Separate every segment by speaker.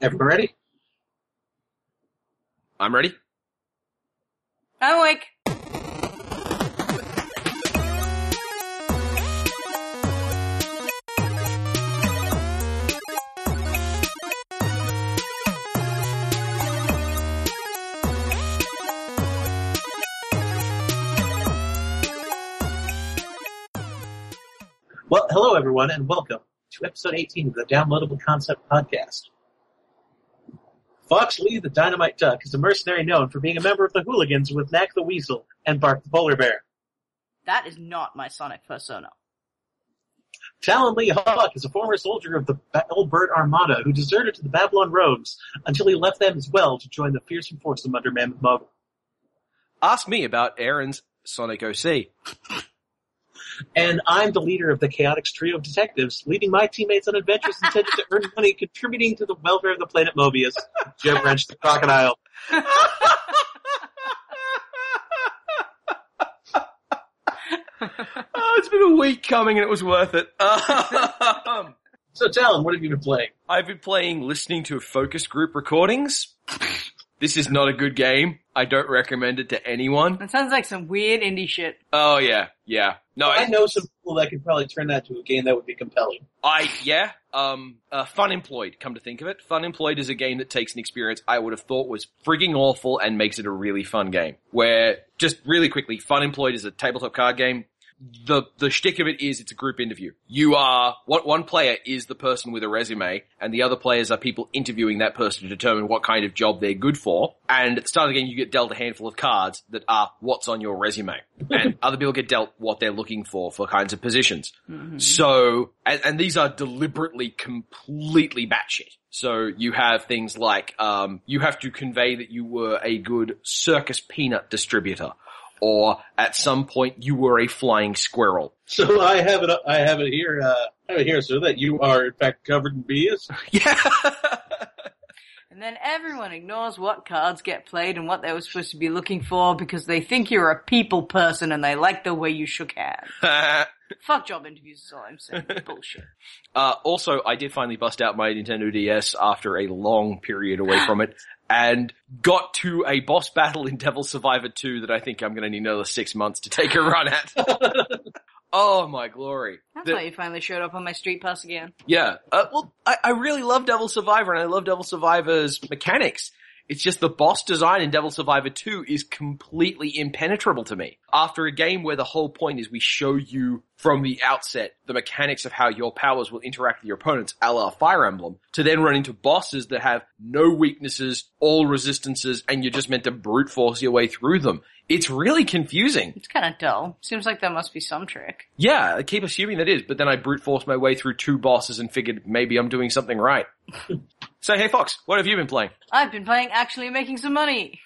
Speaker 1: Everyone ready?
Speaker 2: I'm ready.
Speaker 3: I'm awake.
Speaker 1: Well, hello everyone and welcome to episode 18 of the Downloadable Concept Podcast. Fox Lee the Dynamite Duck is a mercenary known for being a member of the Hooligans with Knack the Weasel and Bark the Polar Bear.
Speaker 3: That is not my Sonic persona.
Speaker 1: Talon Lee Hawk is a former soldier of the Battlebird Armada who deserted to the Babylon Rogues until he left them as well to join the fearsome foursome under Mammoth Mogul.
Speaker 2: Ask me about Aaron's Sonic OC.
Speaker 1: And I'm the leader of the Chaotix trio of detectives, leading my teammates on adventures intended to earn money contributing to the welfare of the planet Mobius, Jim Wrench the Crocodile.
Speaker 2: Oh, it's been a week coming and it was worth it. Um,
Speaker 1: So Talon, what have you been playing?
Speaker 2: I've been playing listening to focus group recordings. This is not a good game. I don't recommend it to anyone.
Speaker 3: That sounds like some weird indie shit.
Speaker 2: Oh yeah, yeah. No,
Speaker 1: I
Speaker 2: I,
Speaker 1: know some people that could probably turn that to a game that would be compelling.
Speaker 2: I yeah. Um, uh, Fun Employed. Come to think of it, Fun Employed is a game that takes an experience I would have thought was frigging awful and makes it a really fun game. Where just really quickly, Fun Employed is a tabletop card game. The the shtick of it is it's a group interview. You are what one player is the person with a resume, and the other players are people interviewing that person to determine what kind of job they're good for. And at the start of the game, you get dealt a handful of cards that are what's on your resume, and other people get dealt what they're looking for for kinds of positions.
Speaker 3: Mm-hmm.
Speaker 2: So, and, and these are deliberately completely batshit. So you have things like, um, you have to convey that you were a good circus peanut distributor, or at some point you were a flying squirrel.
Speaker 1: So I have it. I have it here. Uh, I have it here, so that you are in fact covered in bees.
Speaker 2: Yeah.
Speaker 3: And then everyone ignores what cards get played and what they were supposed to be looking for because they think you're a people person and they like the way you shook hands. Fuck job interviews is all I'm saying. Bullshit.
Speaker 2: Uh, also, I did finally bust out my Nintendo DS after a long period away from it and got to a boss battle in Devil Survivor 2 that I think I'm going to need another six months to take a run at. oh my glory.
Speaker 3: That's
Speaker 2: The-
Speaker 3: why you finally showed up on my street pass again.
Speaker 2: yeah. Uh, well, I, I really love Devil Survivor and I love Devil Survivor's mechanics. It's just the boss design in Devil Survivor 2 is completely impenetrable to me. After a game where the whole point is we show you from the outset the mechanics of how your powers will interact with your opponents, a la Fire Emblem, to then run into bosses that have no weaknesses, all resistances, and you're just meant to brute force your way through them. It's really confusing.
Speaker 3: It's kind of dull. Seems like there must be some trick.
Speaker 2: Yeah, I keep assuming that is, but then I brute forced my way through two bosses and figured maybe I'm doing something right. so hey Fox, what have you been playing?
Speaker 3: I've been playing actually making some money.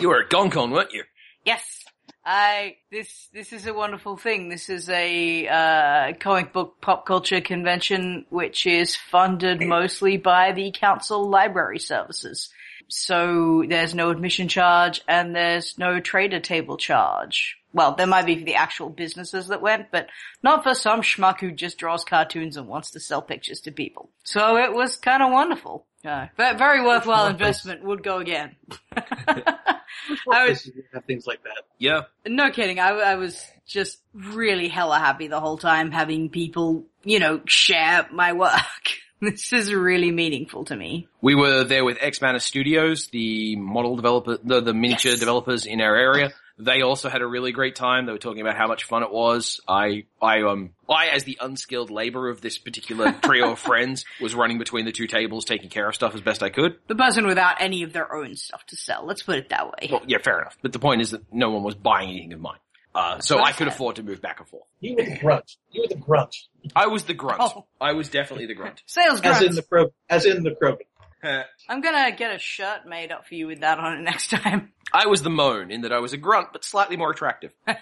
Speaker 2: You were at GonCon, weren't you?
Speaker 3: Yes. I this this is a wonderful thing. This is a uh, comic book pop culture convention which is funded mostly by the council library services. So there's no admission charge and there's no trader table charge. Well, there might be for the actual businesses that went, but not for some schmuck who just draws cartoons and wants to sell pictures to people. So it was kind of wonderful. Uh, but very worthwhile investment. Would go again. I was-
Speaker 1: have things like that.
Speaker 2: Yeah.
Speaker 3: No kidding. I, I was just really hella happy the whole time having people, you know, share my work. This is really meaningful to me.
Speaker 2: We were there with X Manus Studios, the model developer, the, the miniature
Speaker 3: Yes.
Speaker 2: developers in our area. They also had a really great time. They were talking about how much fun it was. I, I, um, I, as the unskilled labor of this particular trio of friends, was running between the two tables, taking care of stuff as best I could.
Speaker 3: The person without any of their own stuff to sell. Let's put it that way.
Speaker 2: Well, yeah, fair enough. But the point is that no one was buying anything of mine. Uh, so I could afford to move back and forth.
Speaker 1: You were the grunt. You were the grunt,
Speaker 2: I was the grunt.
Speaker 3: Oh.
Speaker 2: I was definitely the grunt.
Speaker 3: Sales
Speaker 1: as
Speaker 3: grunts.
Speaker 1: in the crow, as in the crow.
Speaker 3: I'm gonna get a shirt made up for you with that on it next time.
Speaker 2: I was the moan in that I was a grunt, but slightly more attractive.
Speaker 3: I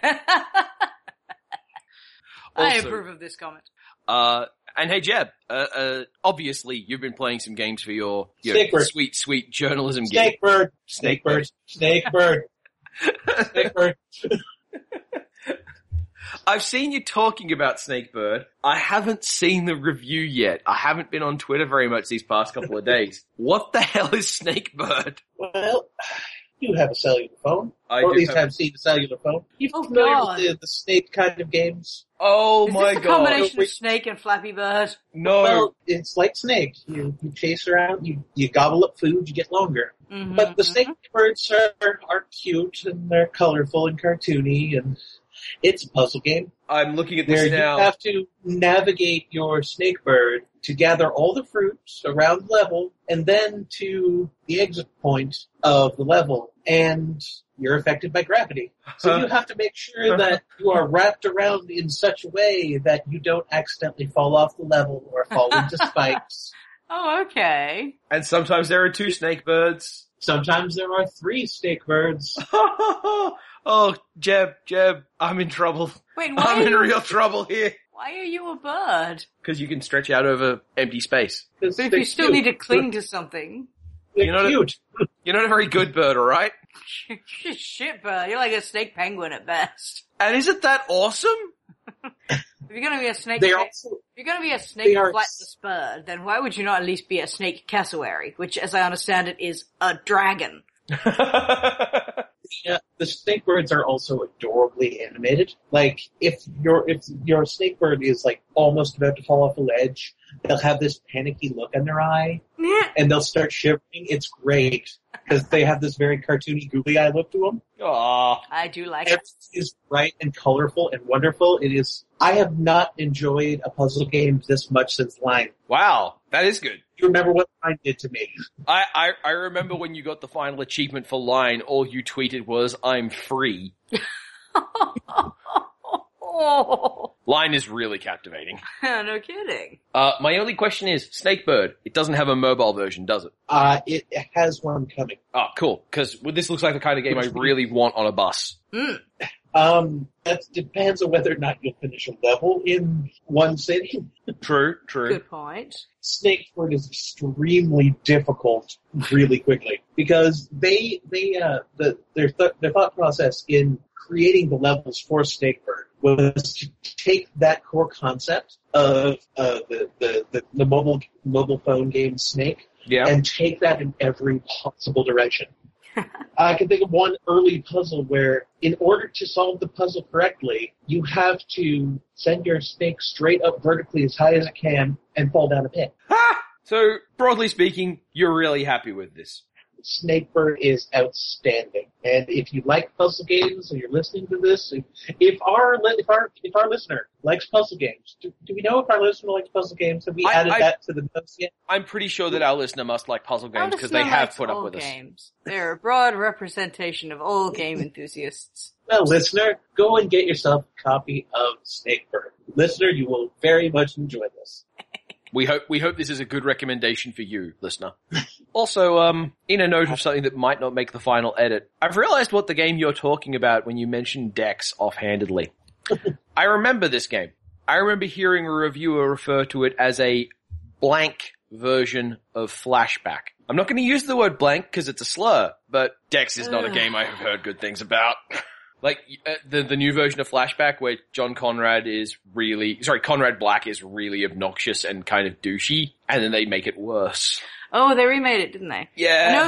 Speaker 2: Also-
Speaker 3: approve of this comment.
Speaker 2: Uh, and hey Jeb, uh, uh, obviously you've been playing some games for your, your
Speaker 1: Snake Bird.
Speaker 2: sweet, sweet journalism game.
Speaker 1: Snake bird, snake bird, snake bird, snake bird.
Speaker 2: I've seen you talking about Snakebird. I haven't seen the review yet. I haven't been on Twitter very much these past couple of days. What the hell is Snakebird?
Speaker 1: Well, you have a cellular phone,
Speaker 2: I
Speaker 1: or at
Speaker 2: do
Speaker 1: least
Speaker 2: have-
Speaker 1: have seen a cellular phone. You
Speaker 3: Oh,
Speaker 1: familiar
Speaker 3: God.
Speaker 1: with the, the snake kind of games?
Speaker 2: Oh
Speaker 3: Is
Speaker 2: my
Speaker 3: this a
Speaker 2: god.
Speaker 3: combination of Snake and Flappy Bird?
Speaker 2: No.
Speaker 1: Well, it's like snake. You you chase around, you you gobble up food, you get longer.
Speaker 3: Mhm,
Speaker 1: But the
Speaker 3: mhm.
Speaker 1: snake birds are are cute and they're colorful and cartoony, and it's a puzzle game.
Speaker 2: I'm looking at
Speaker 1: where
Speaker 2: this
Speaker 1: you
Speaker 2: now.
Speaker 1: have to navigate your snake bird to gather all the fruits around the level and then to the exit point of the level and you're affected by gravity. So you have to make sure that you are wrapped around in such a way that you don't accidentally fall off the level or fall into spikes.
Speaker 3: Oh, okay.
Speaker 2: and sometimes there are two Snakebirds.
Speaker 1: Sometimes there are three snake birds.
Speaker 2: oh, Jeb, Jeb, I'm in trouble.
Speaker 3: Wait, why
Speaker 2: I'm
Speaker 3: are,
Speaker 2: in
Speaker 3: you,
Speaker 2: real trouble here.
Speaker 3: why are you a bird?
Speaker 2: Because you can stretch out over empty space.
Speaker 1: Because
Speaker 3: But if
Speaker 1: they're
Speaker 3: you still
Speaker 1: cute.
Speaker 3: need to cling to something,
Speaker 1: They're
Speaker 2: You know-
Speaker 1: cute.
Speaker 2: You're not a very good bird, alright?
Speaker 3: Shit, shit, bird. You're like a snake penguin at best.
Speaker 2: And isn't that awesome?
Speaker 3: If you're gonna be a snake,
Speaker 1: They are
Speaker 3: pe-
Speaker 1: also
Speaker 3: if you're gonna be a snake
Speaker 1: are-
Speaker 3: flightless bird, then why would you not at least be a snake cassowary, which, as I understand it, is a dragon?
Speaker 1: Yeah, the snake birds are also adorably animated. Like if your if your snake bird is like almost about to fall off a ledge, they'll have this panicky look in their eye
Speaker 3: Yeah.
Speaker 1: and they'll start shivering. It's great because they have this very cartoony googly eye look to them.
Speaker 2: Aw.
Speaker 3: I do like it.
Speaker 1: Everything is bright and colorful and wonderful. It is. I have not enjoyed a puzzle game this much since Line.
Speaker 2: Wow, that is good.
Speaker 1: You remember what Line did to me?
Speaker 2: I, I, I remember when you got the final achievement for Line, all you tweeted was, I'm free.
Speaker 3: oh,
Speaker 2: Line is really captivating.
Speaker 3: no kidding.
Speaker 2: Uh, my only question is, Snakebird, it doesn't have a mobile version, does it?
Speaker 1: Uh, it has one coming.
Speaker 2: Oh, cool. Because this looks like the kind of game I really want on a bus.
Speaker 1: Um, that depends on whether or not you'll finish a level in one sitting.
Speaker 2: True, true.
Speaker 3: Good point.
Speaker 1: Snakebird is extremely difficult really quickly because they they uh the their th- their thought process in creating the levels for Snakebird was to take that core concept of uh the the the, the mobile mobile phone game Snake
Speaker 2: Yeah.
Speaker 1: and take that in every possible direction. I can think of one early puzzle where, in order to solve the puzzle correctly, you have to send your snake straight up vertically as high as it can and fall down a pit.
Speaker 2: Ha! So, broadly speaking, you're really happy with this.
Speaker 1: Snakebird is outstanding. And if you like puzzle games and you're listening to this, if- if our li- if our if our listener likes puzzle games, do, do we know if our listener likes puzzle games? Have we
Speaker 2: I-
Speaker 1: added
Speaker 2: I-
Speaker 1: that to the notes yet?
Speaker 2: I'm pretty sure that our listener must like puzzle games because they
Speaker 3: Anderson
Speaker 2: have
Speaker 3: likes
Speaker 2: put up
Speaker 3: all
Speaker 2: with us.
Speaker 3: games. They're a broad representation of all game enthusiasts.
Speaker 1: Well, listener, go and get yourself a copy of Snakebird. Listener, you will very much enjoy this.
Speaker 2: We hope we hope this is a good recommendation for you, listener. also, um, in a note of something that might not make the final edit, I've realized what the game you're talking about when you mentioned Dex offhandedly. I remember this game. I remember hearing a reviewer refer to it as a blank version of Flashback. I'm not going to use the word blank because it's a slur, but Dex is not a
Speaker 3: Ugh.
Speaker 2: game I have heard good things about. Like uh, the the new version of Flashback, where John Conrad is really sorry, Conrad Black is really obnoxious and kind of douchey, and then they make it worse.
Speaker 3: Oh, they remade it, didn't they? I never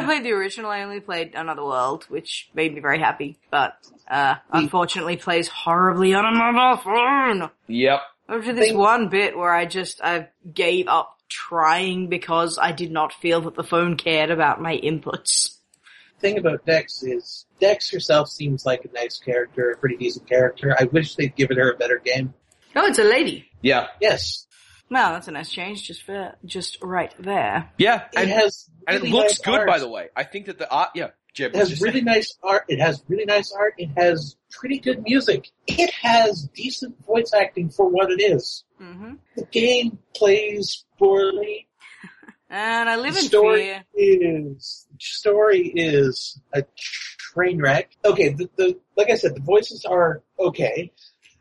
Speaker 2: Yeah,
Speaker 3: played the original. I only played Another World, which made me very happy, but uh, unfortunately plays horribly on a mobile phone.
Speaker 2: yep.
Speaker 3: After this
Speaker 1: Thank-
Speaker 3: one bit where I just I gave up trying because I did not feel that the phone cared about my inputs.
Speaker 1: thing about Dex is Dex herself seems like a nice character, a pretty decent character. I wish they'd given her a better game.
Speaker 3: Oh, it's a lady.
Speaker 2: Yeah,
Speaker 1: Yes,
Speaker 3: Wow, that's a nice change. Just for, just right there.
Speaker 2: yeah,
Speaker 1: it
Speaker 2: and,
Speaker 1: has
Speaker 2: and it
Speaker 1: really
Speaker 2: looks
Speaker 1: nice
Speaker 2: good,
Speaker 1: art.
Speaker 2: by the way. I think that the art, yeah, Jeb,
Speaker 1: It
Speaker 2: what
Speaker 1: has
Speaker 2: you
Speaker 1: really
Speaker 2: saying?
Speaker 1: nice art. It has really nice art. It has pretty good music. It has decent voice acting for what it is.
Speaker 3: hmm
Speaker 1: The game plays poorly.
Speaker 3: And I
Speaker 1: The
Speaker 3: live in
Speaker 1: story
Speaker 3: fear.
Speaker 1: is story is a train wreck. Okay, the, the like I said, the voices are okay,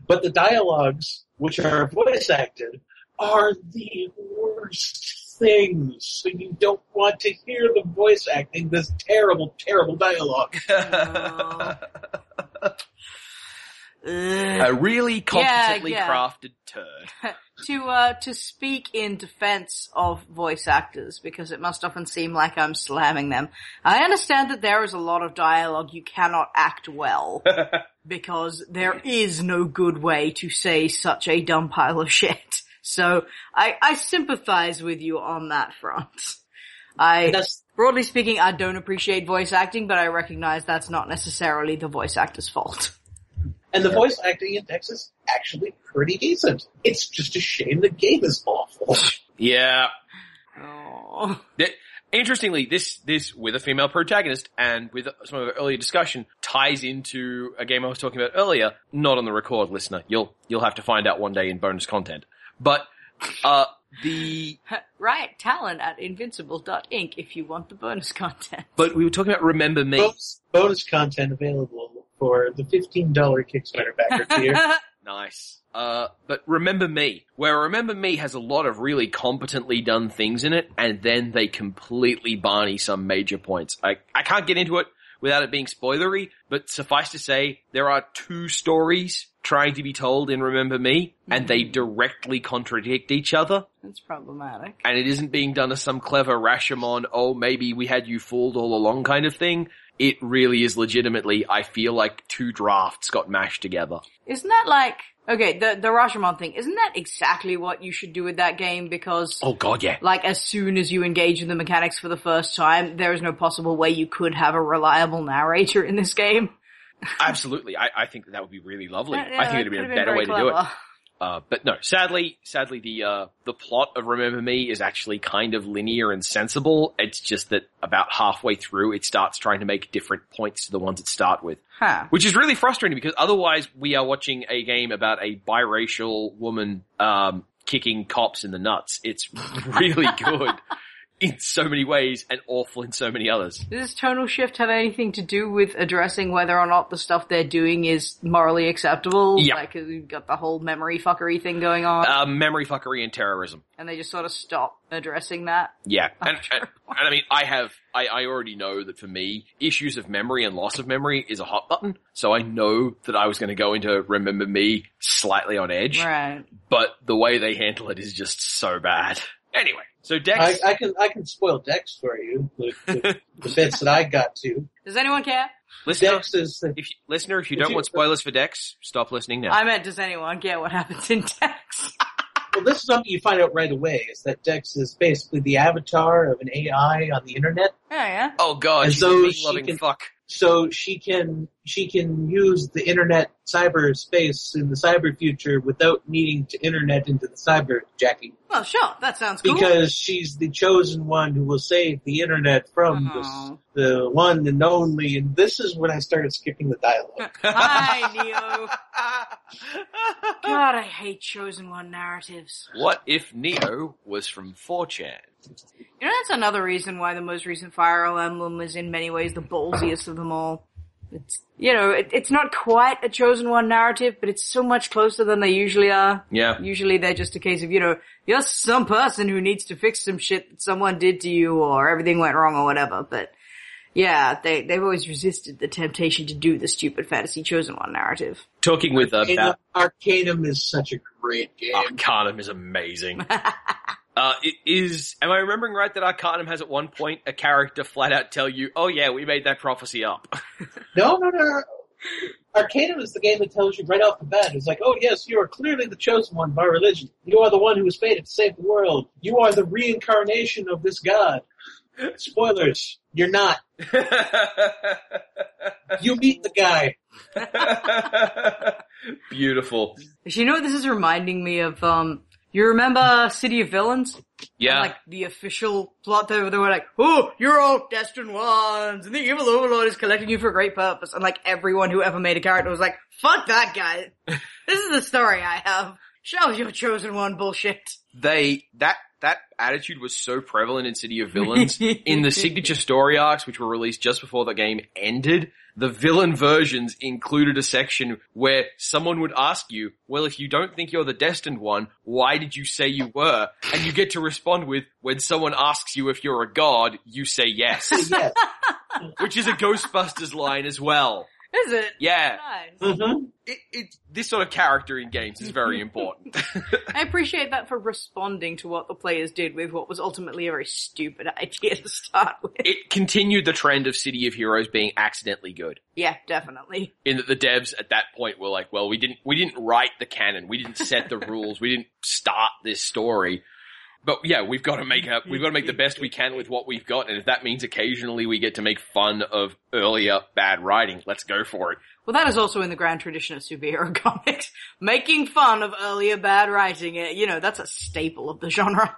Speaker 1: but the dialogues, which are voice acted, are the worst things. So you don't want to hear the voice acting. This terrible, terrible dialogue.
Speaker 3: Oh. Ugh.
Speaker 2: A really competently
Speaker 3: yeah.
Speaker 2: crafted turd.
Speaker 3: to uh, to speak in defense of voice actors because it must often seem like I'm slamming them. I understand that there is a lot of dialogue you cannot act well because there is no good way to say such a dumb pile of shit. So I I sympathize with you on that front. I
Speaker 1: That's
Speaker 3: broadly speaking, I don't appreciate voice acting, but I recognize that's not necessarily the voice actor's fault.
Speaker 1: and the voice acting in Texas is actually pretty decent. It's just a shame the game is awful.
Speaker 2: Yeah.
Speaker 3: Oh.
Speaker 2: Th- Interestingly, this this with a female protagonist and with some of our earlier discussion ties into a game I was talking about earlier. Not on the record, listener. You'll you'll have to find out one day in bonus content. But uh, the
Speaker 3: Riot Talon at invincible.inc if you want the bonus content.
Speaker 2: but we were talking about remember me.
Speaker 1: bonus, bonus content available for the $15 Kickstarter backer tier.
Speaker 2: Nice. Uh, but remember me, where remember me has a lot of really competently done things in it, and then they completely barney some major points. I I can't get into it without it being spoilery, but suffice to say, there are two stories trying to be told in Remember Me, and they directly contradict each other,
Speaker 3: That's problematic.
Speaker 2: and it isn't being done as some clever Rashomon, oh, maybe we had you fooled all along kind of thing. It really is legitimately, I feel like two drafts got mashed together.
Speaker 3: Isn't that like, okay, the, the Rashomon thing, isn't that exactly what you should do with that game because
Speaker 2: Oh god, yeah.
Speaker 3: like as soon as you engage in the mechanics for the first time, there is no possible way you could have a reliable narrator in this game.
Speaker 2: Absolutely. I, I think that would be really lovely.
Speaker 3: Yeah,
Speaker 2: I think
Speaker 3: that
Speaker 2: it'd be a
Speaker 3: could've been
Speaker 2: better
Speaker 3: very
Speaker 2: way to do it.
Speaker 3: clever.
Speaker 2: Uh, but no, sadly, sadly the, uh, the plot of Remember Me is actually kind of linear and sensible. It's just that about halfway through, it starts trying to make different points to the ones it start with.
Speaker 3: Huh.
Speaker 2: Which is really frustrating because otherwise we are watching a game about a biracial woman, um, kicking cops in the nuts. It's really good in so many ways and awful in so many others.
Speaker 3: Does this tonal shift have anything to do with addressing whether or not the stuff they're doing is morally acceptable?
Speaker 2: Yeah.
Speaker 3: Like, we've got the whole memory fuckery thing going on.
Speaker 2: Uh, memory fuckery and terrorism.
Speaker 3: and they just sort of stop addressing that.
Speaker 2: Yeah, and, and, and I mean, I have, I, I already know that for me, issues of memory and loss of memory is a hot button. So I know that I was going to go into Remember Me slightly on edge,
Speaker 3: Right.
Speaker 2: but the way they handle it is just so bad. Anyway, so
Speaker 1: I,
Speaker 2: Dex,
Speaker 1: I can I can spoil Dex for you, the, the, the bits that I got to.
Speaker 3: Does anyone care?
Speaker 2: listener,
Speaker 1: Dex is the,
Speaker 2: if you, listener, if you
Speaker 1: If
Speaker 2: don't
Speaker 1: you-
Speaker 2: want spoilers for Dex, stop listening now.
Speaker 3: I meant, does anyone care what happens in Dex?
Speaker 1: well, this is something you find out right away is that Dex is basically the avatar of an AI on the internet.
Speaker 3: yeah, yeah.
Speaker 2: oh god,
Speaker 1: And
Speaker 2: you
Speaker 1: so
Speaker 2: mean
Speaker 1: she
Speaker 2: loving
Speaker 1: can-
Speaker 2: fuck.
Speaker 1: So she can she can use the internet cyberspace in the cyber future without needing to internet into the cyber jacking
Speaker 3: Well, sure, that sounds cool.
Speaker 1: because she's the chosen one who will save the internet from
Speaker 3: Aw.
Speaker 1: the, the one and only. And this is when I started skipping the dialogue.
Speaker 3: Hi, Neo. God, I hate chosen one narratives.
Speaker 2: what if Neo was from 4chan?
Speaker 3: You know, that's another reason why the most recent Fire Emblem is in many ways the ballsiest of them all. It's, you know, it, it's not quite a chosen one narrative, but it's so much closer than they usually are.
Speaker 2: Yeah.
Speaker 3: Usually they're just a case of, you know, you're some person who needs to fix some shit that someone did to you or everything went wrong or whatever, but yeah, they, they've always resisted the temptation to do the stupid fantasy chosen one narrative.
Speaker 2: Talking with uh, Ba-
Speaker 1: Arcanum, Arcanum is such a great game.
Speaker 2: Arcanum is amazing. uh, it is. Am I remembering right that Arcanum has at one point a character flat out tell you, "Oh yeah, we made that prophecy up."
Speaker 1: No, no, no. Arcanum is the game that tells you right off the bat. It's like, oh yes, you are clearly the chosen one by religion. You are the one who was fated to save the world. You are the reincarnation of this god. Spoilers. You're not. You meet the guy.
Speaker 2: Beautiful.
Speaker 3: Actually, You know what this is reminding me of, um, you remember City of Villains?
Speaker 2: Yeah.
Speaker 3: Like the official plot there where they were like, oh, you're all destined ones and the evil overlord is collecting you for a great purpose. And like everyone who ever made a character was like, fuck that guy. this is the story I have. Show your chosen one bullshit.
Speaker 2: they that that attitude was so prevalent in City of Villains in the signature story arcs, which were released just before the game ended. The villain versions included a section where someone would ask you, "Well, if you don't think you're the destined one, why did you say you were?" And you get to respond with, "When someone asks you if you're a god, you say yes,"
Speaker 1: Yes.
Speaker 2: which is a Ghostbusters line as well.
Speaker 3: Is it?
Speaker 2: Yeah,
Speaker 3: Nice.
Speaker 1: Mm-hmm.
Speaker 2: it, it, this sort of character in games is very important.
Speaker 3: I appreciate that for responding to what the players did with what was ultimately a very stupid idea to start with.
Speaker 2: it continued the trend of City of Heroes being accidentally good.
Speaker 3: Yeah, definitely.
Speaker 2: in that the devs at that point were like, well, we didn't, we didn't write the canon. We didn't set the rules. We didn't start this story. But yeah, we've got to make up, we've got to make the best we can with what we've got. And if that means occasionally we get to make fun of earlier bad writing, let's go for it.
Speaker 3: Well, that is also in the grand tradition of superhero comics. Making fun of earlier bad writing, eh, you know, that's a staple of the genre.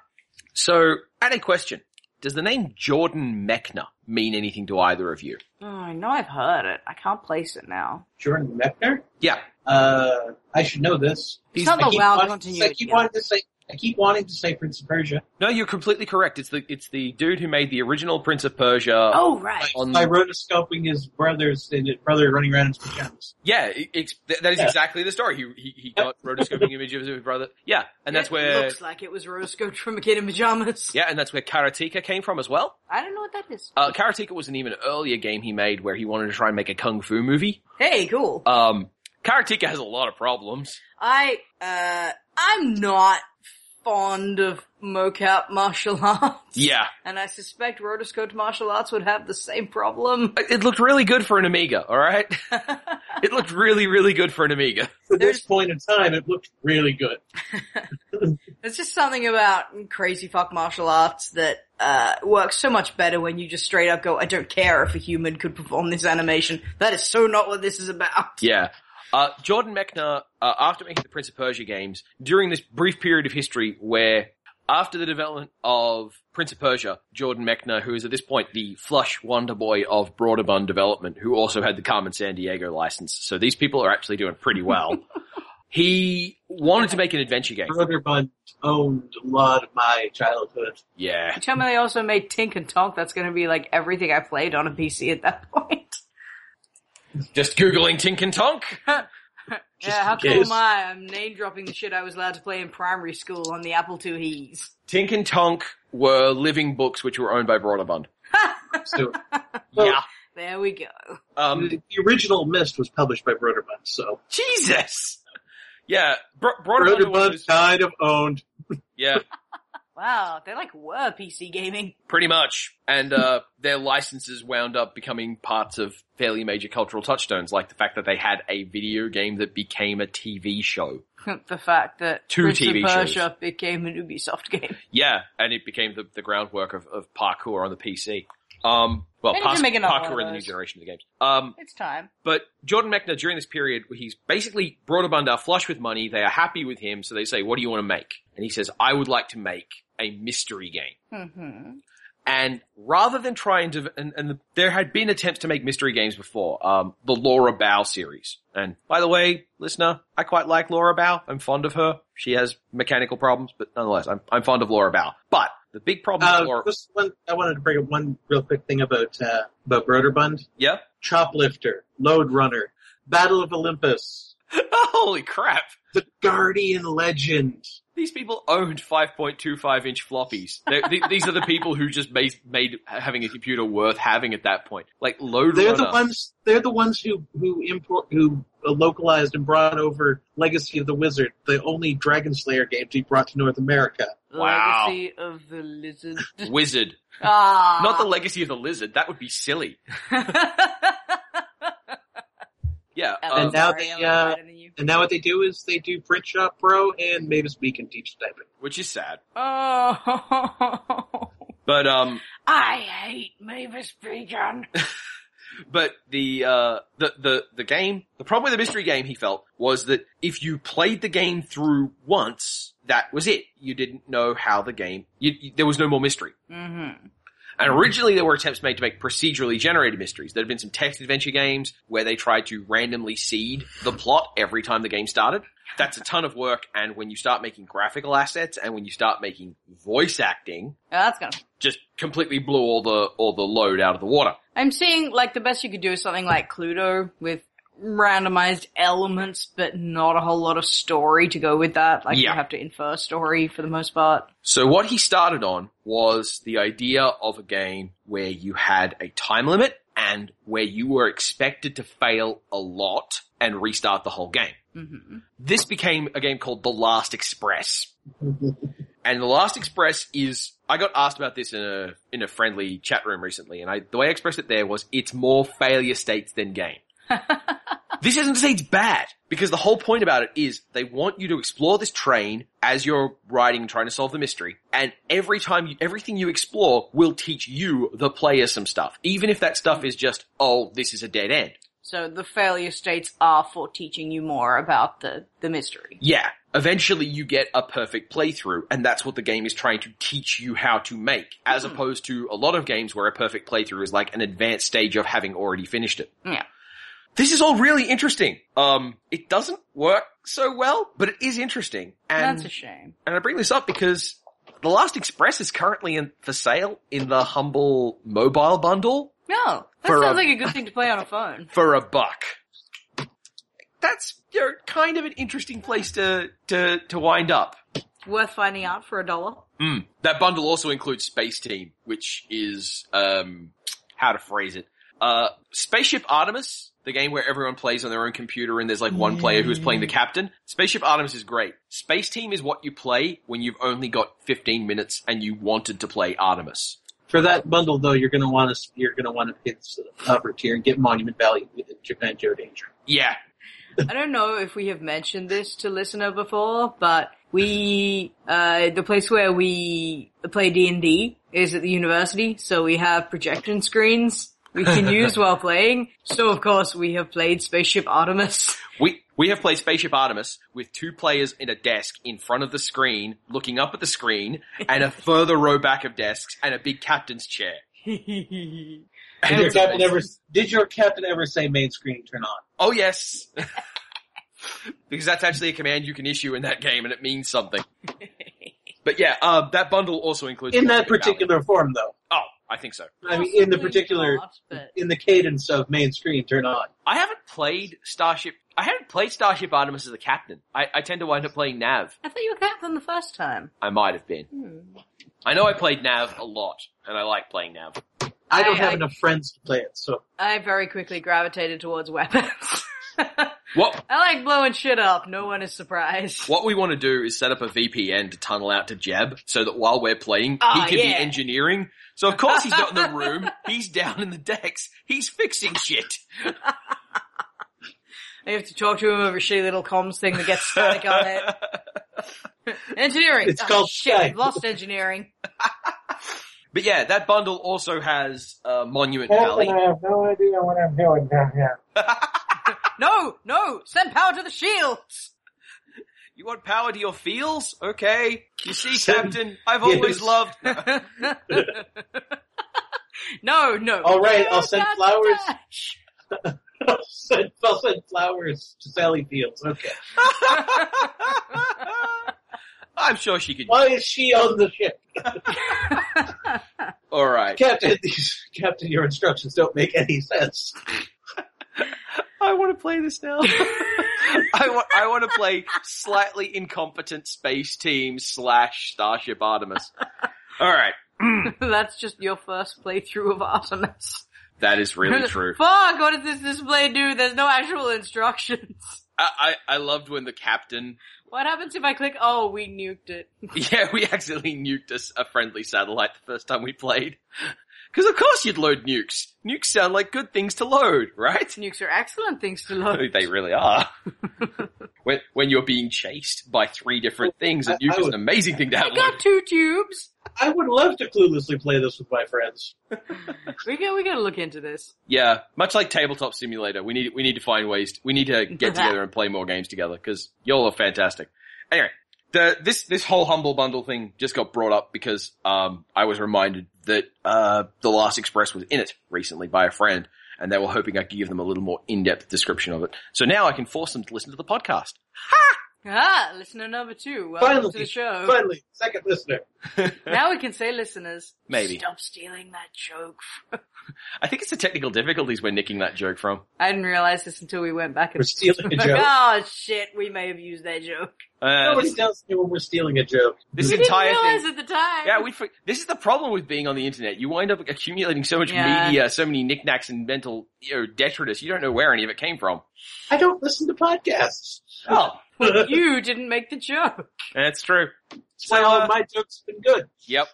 Speaker 2: So, and a question. Does the name Jordan Mechner mean anything to either of you?
Speaker 3: Oh, I know I've heard it. I can't place it now.
Speaker 1: Jordan Mechner?
Speaker 2: Yeah.
Speaker 1: Uh, I should know this.
Speaker 3: It's not
Speaker 1: I
Speaker 3: the
Speaker 1: keep
Speaker 3: wild
Speaker 1: wanting- I
Speaker 3: continuity.
Speaker 1: keep wanting to say. I keep wanting to say Prince of Persia.
Speaker 2: No, you're completely correct. It's the, it's the dude who made the original Prince of Persia.
Speaker 3: Oh, right.
Speaker 2: On-
Speaker 1: By rotoscoping his brothers and his brother running around in his pajamas.
Speaker 2: Yeah, it, it's, th- that is
Speaker 1: Yeah.
Speaker 2: exactly the story. He he, he got rotoscoping images of his brother. Yeah, and that's
Speaker 3: It
Speaker 2: where
Speaker 3: looks like it was rotoscoped from a kid in pajamas.
Speaker 2: yeah, and that's where Karateka came from as well.
Speaker 3: I don't know what that is.
Speaker 2: Uh, Karateka was an even earlier game he made where he wanted to try and make a kung fu movie.
Speaker 3: Hey, cool.
Speaker 2: Um, Karateka has a lot of problems.
Speaker 3: I, uh, I'm not fond of mocap martial arts.
Speaker 2: Yeah,
Speaker 3: And I suspect rotoscoped martial arts would have the same problem.
Speaker 2: It- it looked really good for an Amiga. All right, it looked really really good for an Amiga.
Speaker 1: At
Speaker 3: There's-
Speaker 1: this point in time, it looked really good.
Speaker 3: There's just something about crazy fuck martial arts that uh, works so much better when you just straight up go, I don't care if a human could perform this animation. That is so not what this is about.
Speaker 2: Yeah. Uh, Jordan Mechner, uh, after making the Prince of Persia games, during this brief period of history where, after the development of Prince of Persia, Jordan Mechner, who is at this point the flush wonder boy of Broadabun development, who also had the Carmen San Diego license, so these people are actually doing pretty well. he wanted to make an adventure game.
Speaker 1: Broderbund owned a lot of my childhood.
Speaker 2: Yeah.
Speaker 3: You tell me they also made Tink and Tonk, that's gonna be like everything I played on a PC at that point.
Speaker 2: Just Googling Tink and Tonk.
Speaker 3: yeah, how cool
Speaker 1: guess.
Speaker 3: am I? I'm name dropping the shit I was allowed to play in primary school on the Apple II He's.
Speaker 2: Tink and Tonk were living books which were owned by Broadabund.
Speaker 1: So Well-
Speaker 2: Yeah.
Speaker 3: There we go.
Speaker 2: Um,
Speaker 1: the the original Mist was published by Broderbund, so
Speaker 2: Jesus. Yeah, Bro- Broadabund was-
Speaker 1: Broderbund kind of owned.
Speaker 2: Yeah,
Speaker 3: Wow, they like were PC gaming.
Speaker 2: pretty much. And uh, their licenses wound up becoming parts of fairly major cultural touchstones, like the fact that they had a video game that became a TV show.
Speaker 3: the fact that
Speaker 2: Two
Speaker 3: Prince
Speaker 2: TV
Speaker 3: of
Speaker 2: shows.
Speaker 3: Persia became an Ubisoft game.
Speaker 2: Yeah, and it became the, the groundwork of, of parkour on the PC. Um, well,
Speaker 3: They need to
Speaker 2: pas-
Speaker 3: make another one
Speaker 2: parkour
Speaker 3: of
Speaker 2: in the new
Speaker 3: those.
Speaker 2: generation of the games. Um,
Speaker 3: It's time.
Speaker 2: But Jordan Mechner, during this period, he's basically brought a bund are flush with money. They are happy with him, so they say, "What do you want to make?" And he says, "I would like to make a mystery game."
Speaker 3: Mm-hmm.
Speaker 2: And rather than trying to, and, and the, there had been attempts to make mystery games before, um, the Laura Bow series. And by the way, listener, I quite like Laura Bow. I'm fond of her. She has mechanical problems, but nonetheless, I'm, I'm fond of Laura Bow. But the big problem
Speaker 1: Uh,
Speaker 2: with Laura,
Speaker 1: just one, I wanted to bring up one real quick thing about uh, about Broderbund.
Speaker 2: yeah?
Speaker 1: Choplifter, Load Runner, Battle of Olympus,
Speaker 2: Holy crap.
Speaker 1: The Guardian Legend.
Speaker 2: These people owned 5.25 inch floppies. They- th- these are the people who just made, made having a computer worth having at that point. Like Loadrunner.
Speaker 1: They're the ones. They're the ones who who import who uh, localized and brought over Legacy of the Wizard, the only Dragon Slayer game to be brought to North America.
Speaker 2: Wow.
Speaker 3: Legacy of the Lizard.
Speaker 2: Wizard.
Speaker 3: ah.
Speaker 2: Not the legacy of the lizard. That would be silly. Yeah.
Speaker 1: And
Speaker 2: Um,
Speaker 1: that- now
Speaker 3: Sorry,
Speaker 1: they,
Speaker 3: I'm better
Speaker 1: uh,
Speaker 3: than you.
Speaker 1: And now what they do is they do Print Shop Pro and Mavis Beacon teach typing.
Speaker 2: which is sad.
Speaker 3: Oh.
Speaker 2: But, um,
Speaker 3: I hate Mavis Beacon.
Speaker 2: but the, uh, the, the, the game, the problem with the mystery game he felt was that if you played the game through once, that was it. You didn't know how the game, you, you, there was no more mystery.
Speaker 3: mm-hmm.
Speaker 2: And originally there were attempts made to make procedurally generated mysteries. There had been some text adventure games where they tried to randomly seed the plot every time the game started. That's a ton of work and when you start making graphical assets and when you start making voice acting,
Speaker 3: that's gonna.
Speaker 2: just completely blew all the, all the load out of the water.
Speaker 3: I'm seeing like the best you could do is something like Cluedo with randomized elements, but not a whole lot of story to go with that. Like
Speaker 2: Yeah.
Speaker 3: you have to infer story for the most part.
Speaker 2: So what he started on was the idea of a game where you had a time limit and where you were expected to fail a lot and restart the whole game.
Speaker 3: hmm
Speaker 2: This became a game called The Last Express. And The Last Express is, I got asked about this in a, in a friendly chat room recently, and I, the way I expressed it there was, it's more failure states than game. This isn't to say it's bad, because the whole point about it is they want you to explore this train as you're riding and trying to solve the mystery, and every time you, everything you explore will teach you, the player, some stuff. Even if that stuff is just, oh, this is a dead end.
Speaker 3: so the failure states are for teaching you more about the, the mystery.
Speaker 2: Yeah. Eventually you get a perfect playthrough, and that's what the game is trying to teach you how to make, as
Speaker 3: Mhm.
Speaker 2: opposed to a lot of games where a perfect playthrough is like an advanced stage of having already finished it.
Speaker 3: Yeah.
Speaker 2: This is all really interesting. Um, it doesn't work so well, but it is interesting. And,
Speaker 3: That's a shame.
Speaker 2: and I bring this up because The Last Express is currently in, for sale in the humble mobile bundle
Speaker 3: No, that
Speaker 2: For
Speaker 3: sounds
Speaker 2: a-
Speaker 3: like a good thing to play on a phone.
Speaker 2: for a buck. That's you know, kind of an interesting place to, to, to wind up.
Speaker 3: Worth finding out for a dollar.
Speaker 2: Mm. That bundle also includes Space Team, which is um, how to phrase it. Uh, Spaceship Artemis, the game where everyone plays on their own computer and there's like one player who's playing the captain. Spaceship Artemis is great. Space Team is what you play when you've only got 15 minutes and you wanted to play Artemis.
Speaker 1: For that bundle, though, you're going to want to you're going to want to pin to the upper tier and get Monument Valley with Japan Joe Danger.
Speaker 2: Yeah.
Speaker 3: I don't know if we have mentioned this to listener before, but we, uh, the place where we play D&D is at the university, so we have projection screens we can use while playing. So of course we have played Spaceship Artemis.
Speaker 2: We, we have played Spaceship Artemis with two players in a desk in front of the screen, looking up at the screen, and a further row back of desks and a big captain's chair.
Speaker 1: Did your
Speaker 2: It's amazing.
Speaker 1: captain ever did your captain ever say main screen turn on?
Speaker 2: Oh yes. because that's actually a command you can issue in that game and it means something. But yeah, uh, that bundle also includes
Speaker 1: In that
Speaker 2: Project Valley.
Speaker 1: particular form, though.
Speaker 2: Oh, I think so.
Speaker 1: I mean, in the
Speaker 3: Possibly
Speaker 1: particular
Speaker 3: not, but-
Speaker 1: in the cadence of main screen turn on.
Speaker 2: I haven't played Starship I haven't played Starship Artemis as a captain. I, I tend to wind up playing Nav.
Speaker 3: I thought you were captain the first time.
Speaker 2: I might have been.
Speaker 3: Hmm.
Speaker 2: I know I played Nav a lot, and I like playing Nav.
Speaker 1: I don't
Speaker 3: I-
Speaker 1: have
Speaker 3: I-
Speaker 1: enough friends to play it, so
Speaker 3: I very quickly gravitated towards weapons. I
Speaker 2: What
Speaker 3: like blowing shit up. No one is surprised.
Speaker 2: what we want to do is set up a VPN to tunnel out to Jeb so that while we're playing,
Speaker 3: Oh,
Speaker 2: he can be
Speaker 3: yeah.
Speaker 2: engineering. So of course he's not in the room. He's down in the decks. He's fixing shit.
Speaker 3: I have to talk to him over a shitty little comms thing that gets static on it. Engineering.
Speaker 1: It's
Speaker 3: Oh,
Speaker 1: called
Speaker 3: shit.
Speaker 1: Skype.
Speaker 3: I've lost engineering.
Speaker 2: But yeah, that bundle also has uh, Monument
Speaker 4: Captain,
Speaker 2: Valley.
Speaker 4: I have no idea what I'm doing down here.
Speaker 3: No, no. Send power to the shields.
Speaker 2: You want power to your feels? Okay. You see,
Speaker 1: Send-
Speaker 2: Captain, I've
Speaker 1: Yes.
Speaker 2: always loved.
Speaker 3: No, no. Oh,
Speaker 1: All right, I'll send
Speaker 3: Not
Speaker 1: flowers.
Speaker 3: touch.
Speaker 1: I'll send, I'll send flowers to Sally Fields. Okay.
Speaker 2: I'm sure she could.
Speaker 1: Why is she on the ship?
Speaker 2: All right.
Speaker 1: Captain, these, Captain, your instructions don't make any sense.
Speaker 2: I want to play this now. I want. I want to play slightly incompetent space team slash Starship Artemis. All right.
Speaker 3: That's just your first playthrough of Artemis.
Speaker 2: That is really true.
Speaker 3: Fuck, what does this display do? There's no actual instructions.
Speaker 2: I, I, I loved when the captain
Speaker 3: What happens if I click, oh, we nuked it?
Speaker 2: Yeah, we accidentally nuked a, s- a friendly satellite the first time we played. Because of course you'd load nukes. Nukes sound like good things to load, right?
Speaker 3: Nukes are excellent things to load.
Speaker 2: They really are. when when you're being chased by three different things, a
Speaker 1: I-
Speaker 2: nuke
Speaker 1: I
Speaker 2: is
Speaker 1: would-
Speaker 2: an amazing thing to
Speaker 3: I
Speaker 2: have.
Speaker 3: got two tubes.
Speaker 1: I would love to cluelessly play this with my friends.
Speaker 3: We got, we gotta look into this.
Speaker 2: Yeah, much like Tabletop Simulator, we need we need to find ways. To, we need to get together and play more games together because y'all are fantastic. Anyway, the this this whole humble bundle thing just got brought up because um I was reminded that uh the Last Express was in it recently by a friend, and they were hoping I could give them a little more in depth description of it. So now I can force them to listen to the podcast.
Speaker 3: Ah, listener number two. Welcome
Speaker 1: Finally.
Speaker 3: to the show.
Speaker 2: Oh.
Speaker 1: Finally, second listener.
Speaker 3: Now we can say listeners.
Speaker 2: Maybe.
Speaker 3: Stop stealing that joke.
Speaker 2: I think it's the technical difficulties we're nicking that joke from.
Speaker 3: I didn't realize this until we went back
Speaker 1: We're
Speaker 3: and
Speaker 1: stealing a
Speaker 3: like,
Speaker 1: joke.
Speaker 3: oh shit, we may have used that joke.
Speaker 2: Uh,
Speaker 1: Nobody
Speaker 2: this,
Speaker 1: tells me when we're stealing a joke.
Speaker 2: this
Speaker 3: We didn't
Speaker 2: entire
Speaker 3: realize
Speaker 2: thing.
Speaker 3: at the time.
Speaker 2: Yeah, we. For, this is the problem with being on the internet. You wind up accumulating so much
Speaker 3: Yeah.
Speaker 2: media, so many knickknacks and mental you know, detritus. You don't know where any of it came from.
Speaker 1: I don't listen to podcasts.
Speaker 2: Oh,
Speaker 3: you didn't make the joke.
Speaker 2: that's true.
Speaker 1: That's why
Speaker 2: uh,
Speaker 1: all of my jokes have been good.
Speaker 2: Yep.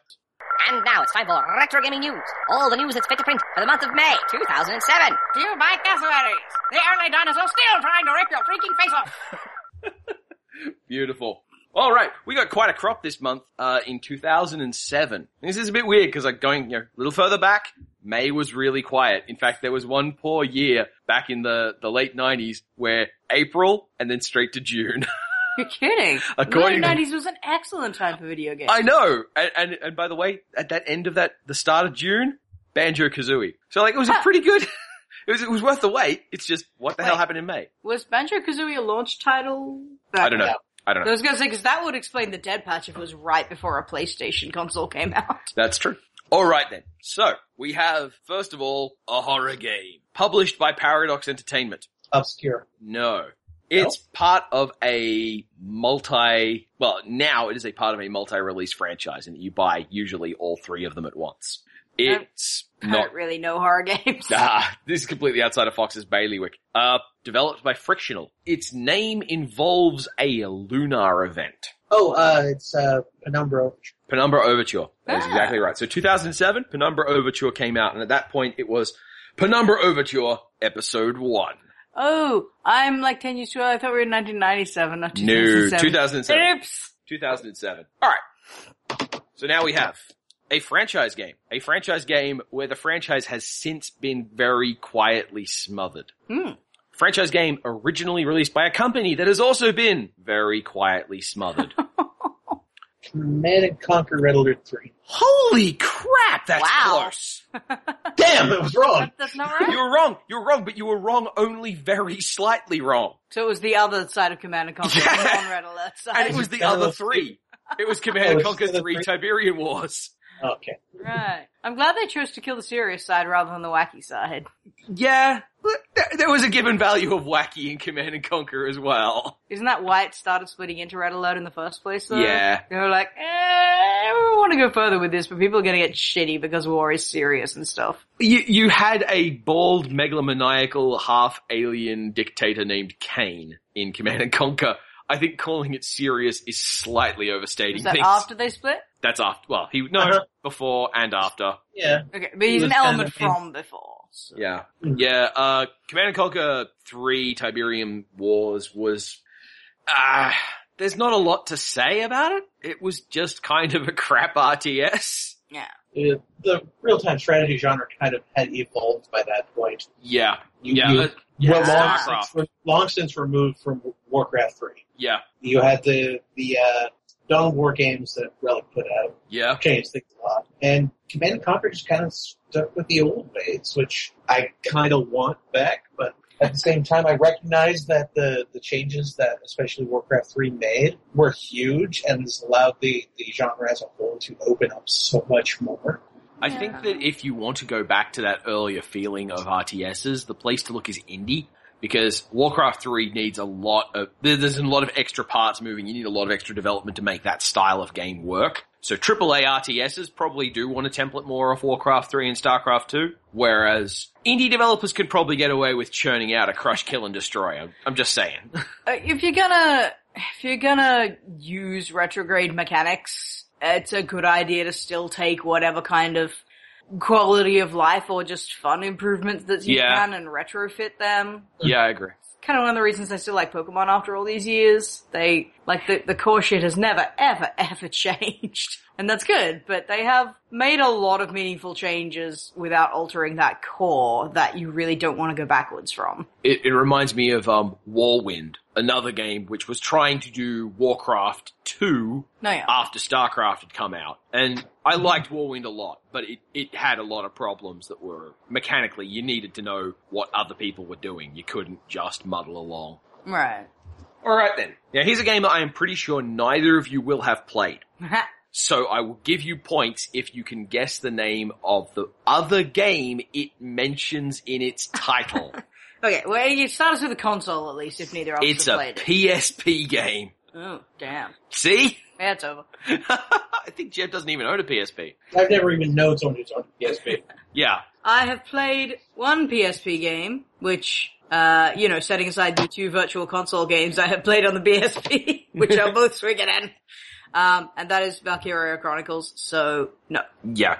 Speaker 5: And now it's time for Retro Gaming News. All the news that's fit to print for the month of May 2007. Do you buy cassowaries? The early dinosaurs still trying to rip your freaking face off.
Speaker 2: Beautiful. All right, we got quite a crop this month uh, in 2007. This is a bit weird because, like, going you know, a little further back, May was really quiet. In fact, there was one poor year back in the, the late 90s where April and then straight to June.
Speaker 3: You're kidding.
Speaker 2: According-
Speaker 3: the early 90s was an excellent time for video games.
Speaker 2: I know. And, and and by the way, at that end of that, the start of June, Banjo Kazooie. So like, it was a pretty good. It was, it was worth the wait. It's just what the hell
Speaker 3: Wait.
Speaker 2: happened in May?
Speaker 3: Was Banjo Kazooie a launch title?
Speaker 2: I don't know.
Speaker 1: Yeah.
Speaker 2: I don't
Speaker 3: I
Speaker 2: know.
Speaker 3: was gonna say, because that would explain the dead patch if it was right before a PlayStation console came out.
Speaker 2: That's true. All right then. So we have first of all a horror game published by Paradox Entertainment.
Speaker 1: Obscure.
Speaker 2: No. It's part of a multi, well, now it is a part of a multi-release franchise and you buy usually all three of them at once. It's
Speaker 3: I
Speaker 2: not
Speaker 3: don't really know horror games.
Speaker 2: Ah, this is completely outside of Fox's bailiwick. Uh, developed by Frictional. Its name involves a lunar event.
Speaker 1: Oh, uh, it's uh, Penumbra.
Speaker 2: Penumbra Overture. That's
Speaker 3: Ah.
Speaker 2: exactly right. So 2007, Penumbra Overture came out, and at that point it was Penumbra Overture Episode 1.
Speaker 3: Oh, I'm like 10 years too early. I thought we were in 1997, not
Speaker 2: No,
Speaker 3: 2007.
Speaker 2: 2007.
Speaker 3: Oops.
Speaker 2: 2007. Alright. So now we have a franchise game. A franchise game where the franchise has since been very quietly smothered.
Speaker 3: Hmm.
Speaker 2: franchise game originally released by a company that has also been very quietly smothered.
Speaker 1: Command and Conquer Red Alert 3.
Speaker 2: Holy crap, that's
Speaker 3: Wow.
Speaker 2: close.
Speaker 1: Damn, it was wrong.
Speaker 3: That- that's not right.
Speaker 2: You were wrong. You were wrong, but you were wrong only very slightly wrong.
Speaker 3: so it was the other side of Command and Conquer,
Speaker 2: Yeah.
Speaker 3: not on Red Alert side.
Speaker 2: And it was the
Speaker 1: That
Speaker 2: other
Speaker 1: was-
Speaker 2: three. It was
Speaker 1: That
Speaker 2: Command and
Speaker 1: was
Speaker 2: Conquer
Speaker 1: the other
Speaker 2: 3
Speaker 1: three.
Speaker 2: Tiberian Wars.
Speaker 1: Okay.
Speaker 3: Right. I'm glad they chose to kill the serious side rather than the wacky side.
Speaker 2: Yeah, there- there was a given value of wacky in Command and Conquer as well.
Speaker 3: Isn't that why it started splitting into Red Alert in the first place though?
Speaker 2: Yeah.
Speaker 3: They were like, eh, we want to go further with this, but people are gonna get shitty because war is serious and stuff.
Speaker 2: You, you had a bald, megalomaniacal, half alien dictator named Kane in Command and Conquer. I think calling it serious is slightly overstating
Speaker 3: Is that
Speaker 2: things.
Speaker 3: after they split?
Speaker 2: That's after. Well, he no
Speaker 1: Uh-huh.
Speaker 2: before and after.
Speaker 1: Yeah.
Speaker 3: Okay, but he's
Speaker 1: It
Speaker 3: an
Speaker 1: was
Speaker 3: element
Speaker 1: kind of-
Speaker 3: from before. so-
Speaker 2: Yeah,
Speaker 1: Mm.
Speaker 2: yeah. Uh, Command and Conquer Three: Tiberium Wars was. Uh, there's not a lot to say about it. It was just kind of a crap RTS.
Speaker 1: Uh, the real time strategy genre kind of had evolved by that point.
Speaker 2: Yeah,
Speaker 1: You-
Speaker 2: yeah,
Speaker 1: you-
Speaker 2: uh,
Speaker 1: Well, long,
Speaker 2: StarCraft.
Speaker 1: since, re- long since removed from Warcraft 3.
Speaker 2: yeah,
Speaker 1: You had the, the uh, Dawn of War games that Relic put out,
Speaker 2: yeah.
Speaker 1: changed things a lot. uh, And Command and Conquer just kind of stuck with the old ways, which I kind of want back, but at the same time, I recognize that the, the changes that especially Warcraft 3 made were huge and this allowed the, the genre as a whole to open up so much more.
Speaker 2: I think that if you want to go back to that earlier feeling of RTSs, the place to look is indie because Warcraft 3 needs a lot of, there- there's a lot of extra parts moving. You need a lot of extra development to make that style of game work. So AAA RTSs probably do want to template more of Warcraft 3 and StarCraft 2, whereas indie developers could probably get away with churning out a crush, kill, and destroy. I'm, I'm just saying.
Speaker 3: Uh, if you're gonna if you're gonna use retrograde mechanics, it's a good idea to still take whatever kind of quality of life or just fun improvements that you
Speaker 2: Yeah.
Speaker 3: can and retrofit them.
Speaker 2: yeah, I agree.
Speaker 3: Kind of one of the reasons I still like Pokemon after all these years. They like the the core shit has never ever ever changed, and that's good. But they have made a lot of meaningful changes without altering that core that you really don't want to go backwards from.
Speaker 2: it, it reminds me of um, Warwind, another game which was trying to do Warcraft 2
Speaker 3: No, yeah.
Speaker 2: after StarCraft had come out. And I liked Warwind a lot, but it, it had a lot of problems that were mechanically, you needed to know what other people were doing. You couldn't just muddle along.
Speaker 3: Right.
Speaker 2: All right then. Now here's a game that I am pretty sure neither of you will have played. So I will give you points if you can guess the name of the other game it mentions in its title.
Speaker 3: okay, well, you start us with a console at least, if neither of us
Speaker 2: it's
Speaker 3: have
Speaker 2: a
Speaker 3: played it.
Speaker 2: PSP game.
Speaker 3: Oh, damn.
Speaker 2: See?
Speaker 3: Yeah, it's over.
Speaker 2: I think Jeb doesn't even own a PSP.
Speaker 1: I've never even known someone who's on PSP.
Speaker 2: Yeah.
Speaker 3: I have played one PSP game, which, uh, you know, setting aside the two virtual console games I have played on the PSP, which are both Suikoden. Um, and that is Valkyria Chronicles, so no.
Speaker 2: Yeah.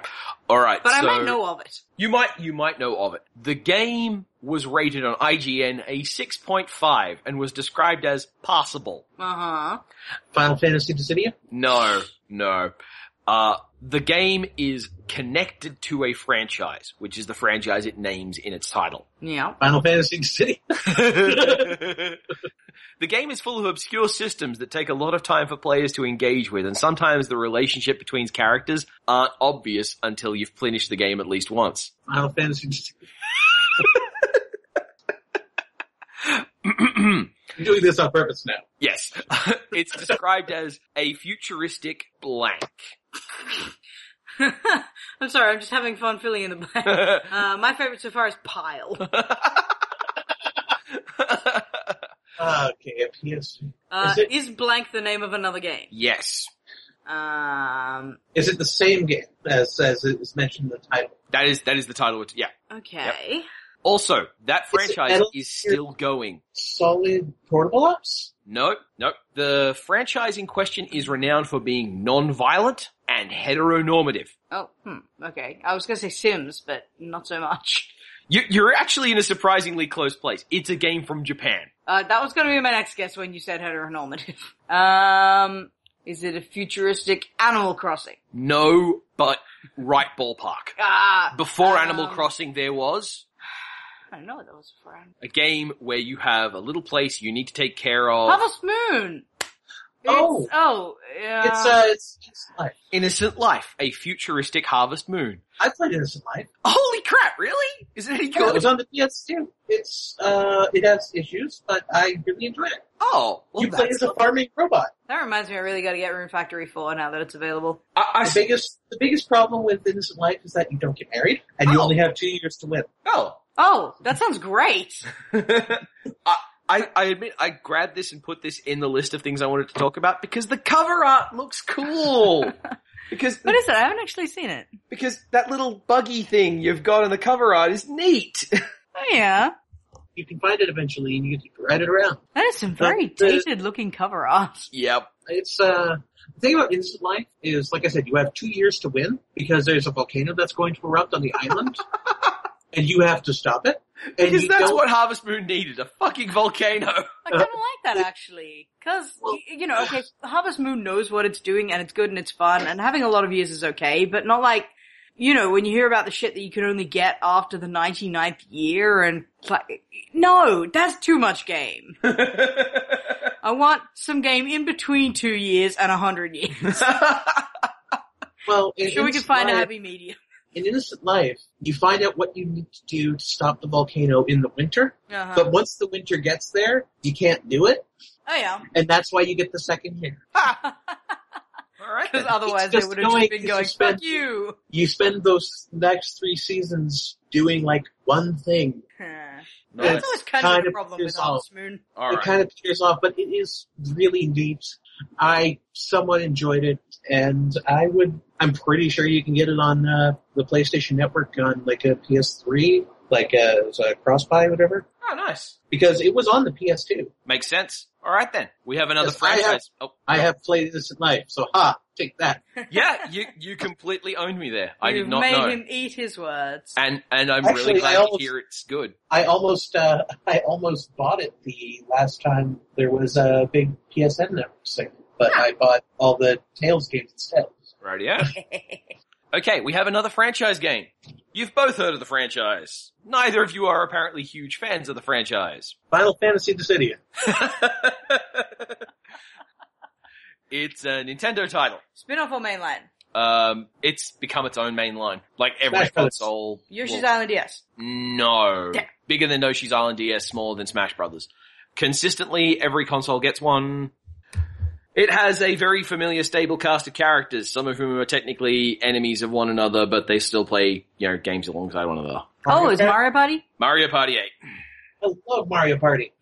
Speaker 2: All right.
Speaker 3: But I
Speaker 2: so-
Speaker 3: might know of it.
Speaker 2: You might you might know of it. The game was rated on IGN a 6.5 and was described as passable.
Speaker 3: Uh-huh.
Speaker 1: Final Fantasy Dissidia?
Speaker 2: No, no. Uh, the game is connected to a franchise, which is the franchise it names in its title.
Speaker 3: Yeah.
Speaker 1: Final Fantasy Dissidia?
Speaker 2: the game is full of obscure systems that take a lot of time for players to engage with, and sometimes the relationship between characters aren't obvious until you've finished the game at least once.
Speaker 1: Final Fantasy Dissidia. I'm doing this on purpose now.
Speaker 2: Yes. it's described as a futuristic blank.
Speaker 3: I'm sorry, I'm just having fun filling in the blank. Uh, my favorite so far is Pile.
Speaker 1: Okay, a PSP.
Speaker 3: Uh,
Speaker 1: Is it-
Speaker 3: is blank the name of another game?
Speaker 2: yes.
Speaker 3: Um,
Speaker 1: Is it the same game as, as it was mentioned in the title?
Speaker 2: That is that is the title. Which, yeah.
Speaker 3: okay.
Speaker 2: Also, that
Speaker 1: Is it
Speaker 2: franchise
Speaker 1: Metal
Speaker 2: is still going.
Speaker 1: Solid Portable Ops?
Speaker 2: No, no. The franchise in question is renowned for being non-violent and heteronormative.
Speaker 3: Oh, hmm, okay. I was gonna say Sims, but not so much.
Speaker 2: You, you're actually in a surprisingly close place. It's a game from Japan.
Speaker 3: Uh, that was gonna be my next guess when you said heteronormative. Um, is it a futuristic Animal Crossing?
Speaker 2: No, but right ballpark.
Speaker 3: Ah,
Speaker 2: Before
Speaker 3: Um,
Speaker 2: Animal Crossing, there was
Speaker 3: I don't know what that was for.
Speaker 2: a game where you have a little place you need to take care of.
Speaker 3: Harvest Moon!
Speaker 1: Oh.
Speaker 3: It's, oh, yeah.
Speaker 1: It's uh, it's, it's life.
Speaker 2: Innocent Life, a futuristic Harvest Moon.
Speaker 1: I played Innocent Life.
Speaker 2: Holy crap, really? Is it any
Speaker 1: Yeah, it
Speaker 2: good?
Speaker 1: was on the PS2. It's uh, it has issues, but I really enjoy it.
Speaker 2: Oh, well,
Speaker 1: you play
Speaker 2: that's-
Speaker 1: as a farming robot.
Speaker 3: that reminds me, I really gotta get Room Factory 4 now that it's available.
Speaker 2: I, I
Speaker 1: The
Speaker 2: see.
Speaker 1: biggest the biggest problem with Innocent Life is that you don't get married, and you
Speaker 2: Oh.
Speaker 1: only have two years to live.
Speaker 2: Oh.
Speaker 3: Oh, that sounds great!
Speaker 2: I, I, I admit, I grabbed this and put this in the list of things I wanted to talk about because the cover art looks cool. because,
Speaker 3: What is it? I haven't actually seen it.
Speaker 2: because that little buggy thing you've got on the cover art is neat.
Speaker 3: Oh yeah.
Speaker 1: You can find it eventually, and you can ride it around.
Speaker 3: That is some very
Speaker 1: But the-
Speaker 3: dated looking cover art.
Speaker 2: yep.
Speaker 1: It's uh, the thing about Innocent Life is, like I said, you have two years to win because there's a volcano that's going to erupt on the island, and you have to stop it. And
Speaker 2: Because
Speaker 1: you
Speaker 2: that's
Speaker 1: don't-
Speaker 2: what Harvest Moon needed, a fucking volcano.
Speaker 3: I kind of like that actually, because
Speaker 1: Well-
Speaker 3: you know, okay, Harvest Moon knows what it's doing and it's good and it's fun and having a lot of years is okay, but not like you know when you hear about the shit that you can only get after the 99th year and it's like, no, that's too much game. I want some game in between two years and a hundred years.
Speaker 1: Well, in
Speaker 3: I'm sure we can
Speaker 1: Innocent
Speaker 3: find a
Speaker 1: Life-
Speaker 3: happy medium.
Speaker 1: in Innocent Life, you find out what you need to do to stop the volcano in the winter,
Speaker 3: Uh-huh.
Speaker 1: but once the winter gets there, you can't do it,
Speaker 3: Oh yeah,
Speaker 1: and that's why you get the second year.
Speaker 2: Alright.
Speaker 3: because
Speaker 2: then.
Speaker 3: otherwise they
Speaker 1: just
Speaker 3: would have just
Speaker 1: going
Speaker 3: been
Speaker 1: to
Speaker 3: going,
Speaker 1: suspend
Speaker 3: "Fuck you."
Speaker 1: You spend those next three seasons doing like one thing.
Speaker 2: Nice.
Speaker 3: That's always kind of
Speaker 1: Kind
Speaker 3: the
Speaker 1: of
Speaker 3: problem with
Speaker 1: yourself.
Speaker 3: Harvest Moon.
Speaker 1: It
Speaker 2: Alright.
Speaker 1: kind of tears off, but it is really neat. I somewhat enjoyed it, and I would. I'm pretty sure you can get it on uh, the PlayStation Network on like a PS3, like a, it was a cross buy, whatever,
Speaker 2: Oh, nice.
Speaker 1: because it was on the PS2.
Speaker 2: Makes sense. Alright then. We have another
Speaker 1: Yes, I have-
Speaker 2: franchise. Oh.
Speaker 1: I have played this in life, so ha, take that.
Speaker 2: yeah, you you completely owned me there. I
Speaker 3: You've
Speaker 2: did not
Speaker 3: made
Speaker 2: know.
Speaker 3: him eat his words.
Speaker 2: And and I'm
Speaker 1: Actually,
Speaker 2: really
Speaker 1: I
Speaker 2: glad
Speaker 1: almost-
Speaker 2: to hear it's good.
Speaker 1: I almost uh, I almost bought it the last time there was a big PSN network thing, but I bought all the Tails games instead.
Speaker 2: Right, yeah. okay, we have another franchise game. You've both heard of the franchise. Neither of you are apparently huge fans of the franchise.
Speaker 1: Final Fantasy Dissidia.
Speaker 2: it's a Nintendo title.
Speaker 3: Spin off or mainline?
Speaker 2: Um, it's become its own main line. Like every
Speaker 1: Smash Bros.
Speaker 2: console.
Speaker 3: Yoshi's
Speaker 2: will-
Speaker 3: Island DS.
Speaker 2: No.
Speaker 3: Yeah.
Speaker 2: Bigger than Yoshi's Island DS, smaller than Smash Brothers. consistently every console gets one. It has a very familiar stable cast of characters, some of whom are technically enemies of one another, but they still play, you know, games alongside one another.
Speaker 3: Oh, is Mario Party?
Speaker 2: Mario Party 8.
Speaker 1: I love Mario Party.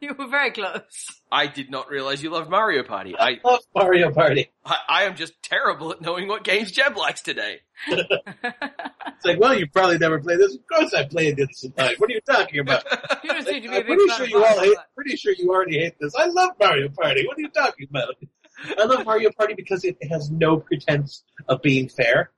Speaker 3: you were very close.
Speaker 2: I did not realize you loved Mario Party. I,
Speaker 1: I love Oh, Mario Party.
Speaker 2: I, I am just terrible at knowing what games Jeb likes today.
Speaker 1: It's like, well, you probably never played this. Of course, I played this. Like, what are you talking about?
Speaker 3: You don't seem to be a
Speaker 1: I'm
Speaker 3: big
Speaker 1: pretty
Speaker 3: fan
Speaker 1: sure
Speaker 3: of
Speaker 1: you
Speaker 3: Mario
Speaker 1: all hate.
Speaker 3: Party.
Speaker 1: Pretty sure you already hate this. I love Mario Party. What are you talking about? I love Mario Party because it has no pretense of being fair.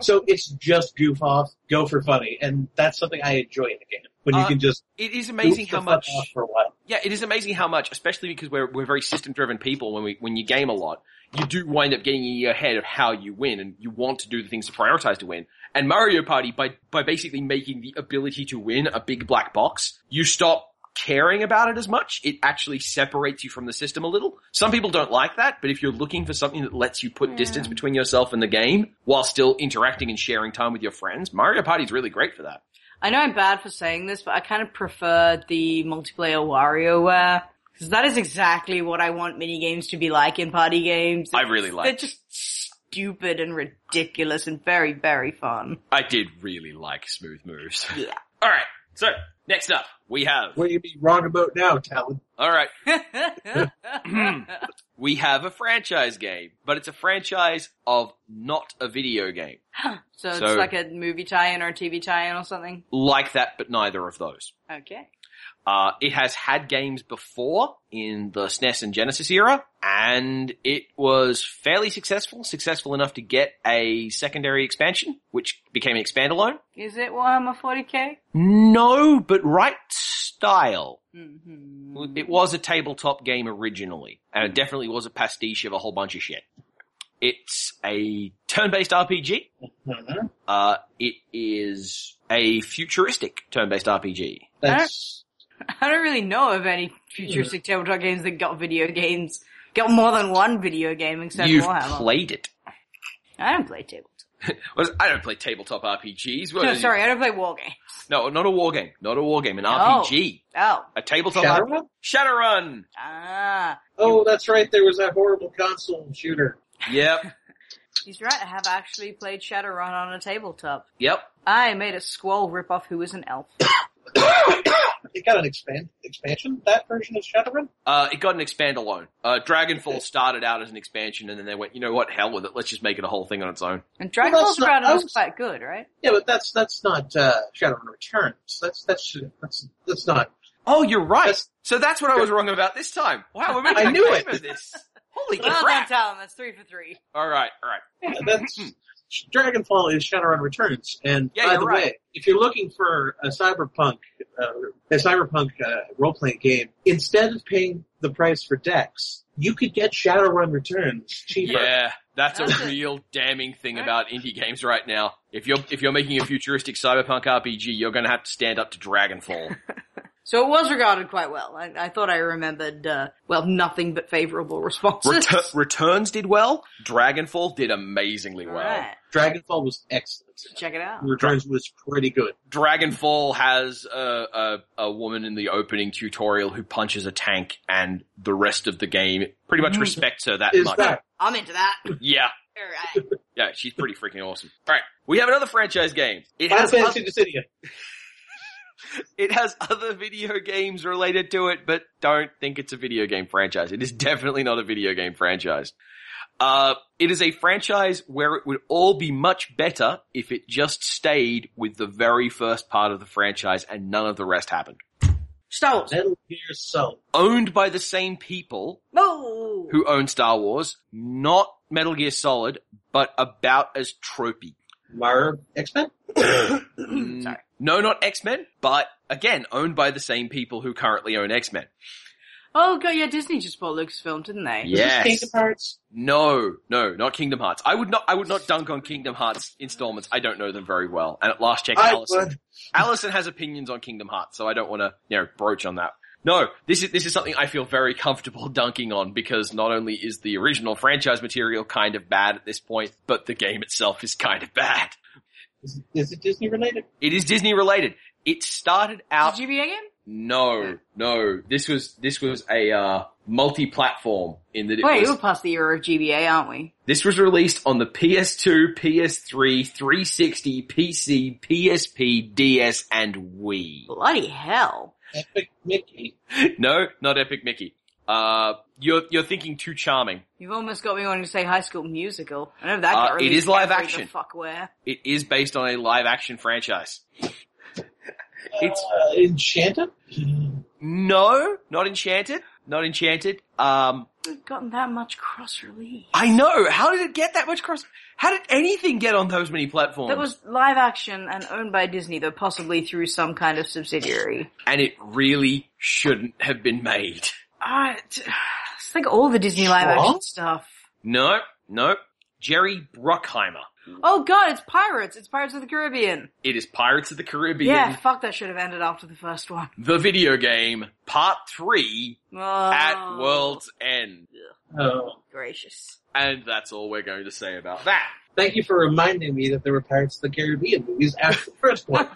Speaker 1: So it's just goof off, go for funny, and that's something I enjoy in a game when you
Speaker 2: Uh,
Speaker 1: can just
Speaker 2: it is
Speaker 1: goof
Speaker 2: amazing
Speaker 1: the
Speaker 2: how
Speaker 1: fuck
Speaker 2: much
Speaker 1: off for a while.
Speaker 2: Yeah, it is amazing how much, especially because we're we're very system driven people. When we when you game a lot, you do wind up getting in your head of how you win, and you want to do the things to prioritize to win. And Mario Party, by by basically making the ability to win a big black box, you stop caring about it as much. It actually separates you from the system a little. Some people don't like that, but if you're looking for something that lets you put
Speaker 3: Yeah.
Speaker 2: distance between yourself and the game while still interacting and sharing time with your friends, Mario Party's really great for that.
Speaker 3: I know I'm bad for saying this, but I kind of prefer the multiplayer WarioWare. Because that is exactly what I want minigames to be like in party games.
Speaker 2: I really like
Speaker 3: They're just stupid and ridiculous and very, very fun.
Speaker 2: I did really like smooth moves.
Speaker 3: Yeah.
Speaker 2: All right. So next up we have.
Speaker 1: What do you mean wrong about now, Talon?
Speaker 2: All right. We have a franchise game, but it's a franchise of not a video game.
Speaker 3: so it's
Speaker 2: So-
Speaker 3: like a movie tie-in or a TV tie-in or something?
Speaker 2: Like that, but neither of those.
Speaker 3: Okay.
Speaker 2: Uh, it has had games before in the SNES and Genesis era, and it was fairly successful, successful enough to get a secondary expansion, which became an expandalone.
Speaker 3: Is it Warhammer 40k?
Speaker 2: No, but right style.
Speaker 3: Mm-hmm.
Speaker 2: It was a tabletop game originally, and it definitely was a pastiche of a whole bunch of shit. It's a turn-based RPG.
Speaker 1: Mhm.
Speaker 2: Uh, it is a futuristic turn-based RPG.
Speaker 1: That's
Speaker 3: I don't really know of any futuristic tabletop games that got video games, got more than one video game except
Speaker 2: You've
Speaker 3: Warhammer.
Speaker 2: played it.
Speaker 3: I don't play tabletop.
Speaker 2: Well, I don't play tabletop RPGs. What
Speaker 3: No,
Speaker 2: is it?
Speaker 3: sorry, I don't play war games.
Speaker 2: No, not a war game. Not a war game. An
Speaker 3: Oh.
Speaker 2: RPG.
Speaker 3: Oh,
Speaker 2: A tabletop
Speaker 1: Shadowrun.
Speaker 2: RPG. Shadowrun.
Speaker 3: ah,
Speaker 1: Oh, that's right. There was that horrible console shooter.
Speaker 2: Yep.
Speaker 3: he's right. I have actually played Shadowrun on a tabletop.
Speaker 2: Yep.
Speaker 3: I made a squall ripoff who was an elf.
Speaker 1: It got an expand expansion. That version of Shadowrun.
Speaker 2: Uh, it got an expand alone. Uh, Dragonfall started out as an expansion and then they went, you know what, hell with it, let's just make it a whole thing on its own.
Speaker 1: Well,
Speaker 3: And Dragon Ball
Speaker 1: that's not-
Speaker 3: Sprouted
Speaker 1: I
Speaker 3: was
Speaker 1: was-
Speaker 3: quite good, right?
Speaker 1: Yeah, but that's that's not uh, Shadowrun Returns. That's that's that's that's not.
Speaker 2: Oh, you're right.
Speaker 1: That's-
Speaker 2: so that's what I was wrong about this time. Wow, we're making
Speaker 1: I
Speaker 2: a
Speaker 1: knew
Speaker 2: game
Speaker 1: it.
Speaker 2: of this. Holy
Speaker 3: Well done,
Speaker 2: crap!
Speaker 3: Talon. That's three for three.
Speaker 2: All right, all right.
Speaker 1: That's Dragonfall is Shadowrun Returns. And
Speaker 2: Yeah,
Speaker 1: by
Speaker 2: you're
Speaker 1: the
Speaker 2: right.
Speaker 1: way, if you're looking for a cyberpunk uh, a cyberpunk uh, role playing game, instead of paying the price for Dex, you could get Shadowrun Returns cheaper.
Speaker 2: Yeah, that's
Speaker 3: That's
Speaker 2: a
Speaker 3: it.
Speaker 2: real damning thing
Speaker 3: All
Speaker 2: about indie games right now. If you're if you're making a futuristic cyberpunk RPG, you're going to have to stand up to Dragonfall.
Speaker 3: So it was regarded quite well. I, I thought I remembered, uh, well, nothing but favorable responses.
Speaker 2: Retur- Returns did well. Dragonfall did amazingly well.
Speaker 3: Alright,
Speaker 1: Dragonfall was excellent.
Speaker 3: check it out.
Speaker 1: Returns was pretty good.
Speaker 2: Dragonfall has a, a a woman in the opening tutorial who punches a tank, and the rest of the game pretty much
Speaker 3: Mhm.
Speaker 2: respects her that
Speaker 1: Is
Speaker 2: much.
Speaker 1: that
Speaker 3: I'm into that.
Speaker 2: Yeah,
Speaker 3: Alright.
Speaker 2: yeah, she's pretty freaking awesome. All right, we have another franchise game. It
Speaker 1: Final
Speaker 2: has
Speaker 1: Fantasy
Speaker 2: oth-
Speaker 1: Dissidia.
Speaker 2: it has other video games related to it, but don't think it's a video game franchise. It is definitely not a video game franchise. Uh, it is a franchise where it would all be much better if it just stayed with the very first part of the franchise and none of the rest happened.
Speaker 3: Star Wars.
Speaker 1: Metal Gear Solid.
Speaker 2: Owned by the same people
Speaker 3: Oh!
Speaker 2: who own Star Wars, not Metal Gear Solid, but about as tropey.
Speaker 1: Mar X-Men?
Speaker 2: Sorry. Mm, No, not X-Men, but again, owned by the same people who currently own X-Men.
Speaker 3: Oh god, yeah, Disney just bought Lucasfilm, didn't they?
Speaker 1: Is this Kingdom Hearts?
Speaker 2: No, no, not Kingdom Hearts. I would not. I would not dunk on Kingdom Hearts installments. I don't know them very well. And at last check,
Speaker 1: I
Speaker 2: Allison.
Speaker 1: would.
Speaker 2: Allison has opinions on Kingdom Hearts, so I don't want to, you know, broach on that. No, this is this is something I feel very comfortable dunking on because not only is the original franchise material kind of bad at this point, but the game itself is kind of bad.
Speaker 1: Is, is it Disney related?
Speaker 2: It is Disney related. It started out.
Speaker 3: Did you be a game?
Speaker 2: No, no. This was this was a uh, multi-platform in that it
Speaker 3: Wait,
Speaker 2: was
Speaker 3: we're past the era of GBA, aren't we?
Speaker 2: This was released on the PS2, PS3, 360, PC, PSP, DS, and Wii.
Speaker 3: Bloody hell.
Speaker 1: Epic Mickey.
Speaker 2: No, not Epic Mickey. Uh, you're you're thinking too charming.
Speaker 3: You've almost got me wanting to say High School Musical. I know that
Speaker 2: Uh,
Speaker 3: got
Speaker 2: it
Speaker 3: released.
Speaker 2: is live
Speaker 3: every
Speaker 2: action.
Speaker 3: The fuck where?
Speaker 2: It is based on a live action franchise. It's-
Speaker 1: uh, Enchanted.
Speaker 2: No, not Enchanted. Not Enchanted. Um,
Speaker 3: We've gotten that much cross release.
Speaker 2: I know. How did it get that much cross? How did anything get on those many platforms?
Speaker 3: That was live action and owned by Disney, though possibly through some kind of subsidiary.
Speaker 2: and it really shouldn't have been made.
Speaker 3: I Uh, t- it's like all the Disney live action
Speaker 1: What?
Speaker 3: stuff.
Speaker 2: No, no. Jerry Bruckheimer.
Speaker 3: Oh god, it's Pirates! It's Pirates of the Caribbean!
Speaker 2: It is Pirates of the Caribbean.
Speaker 3: Yeah, fuck, that should have ended after the first one.
Speaker 2: the video game part three
Speaker 3: Oh,
Speaker 2: at world's end.
Speaker 1: Oh,
Speaker 3: Gracious.
Speaker 2: And that's all we're going to say about that.
Speaker 1: thank you for reminding me that there were Pirates of the Caribbean movies after the first one.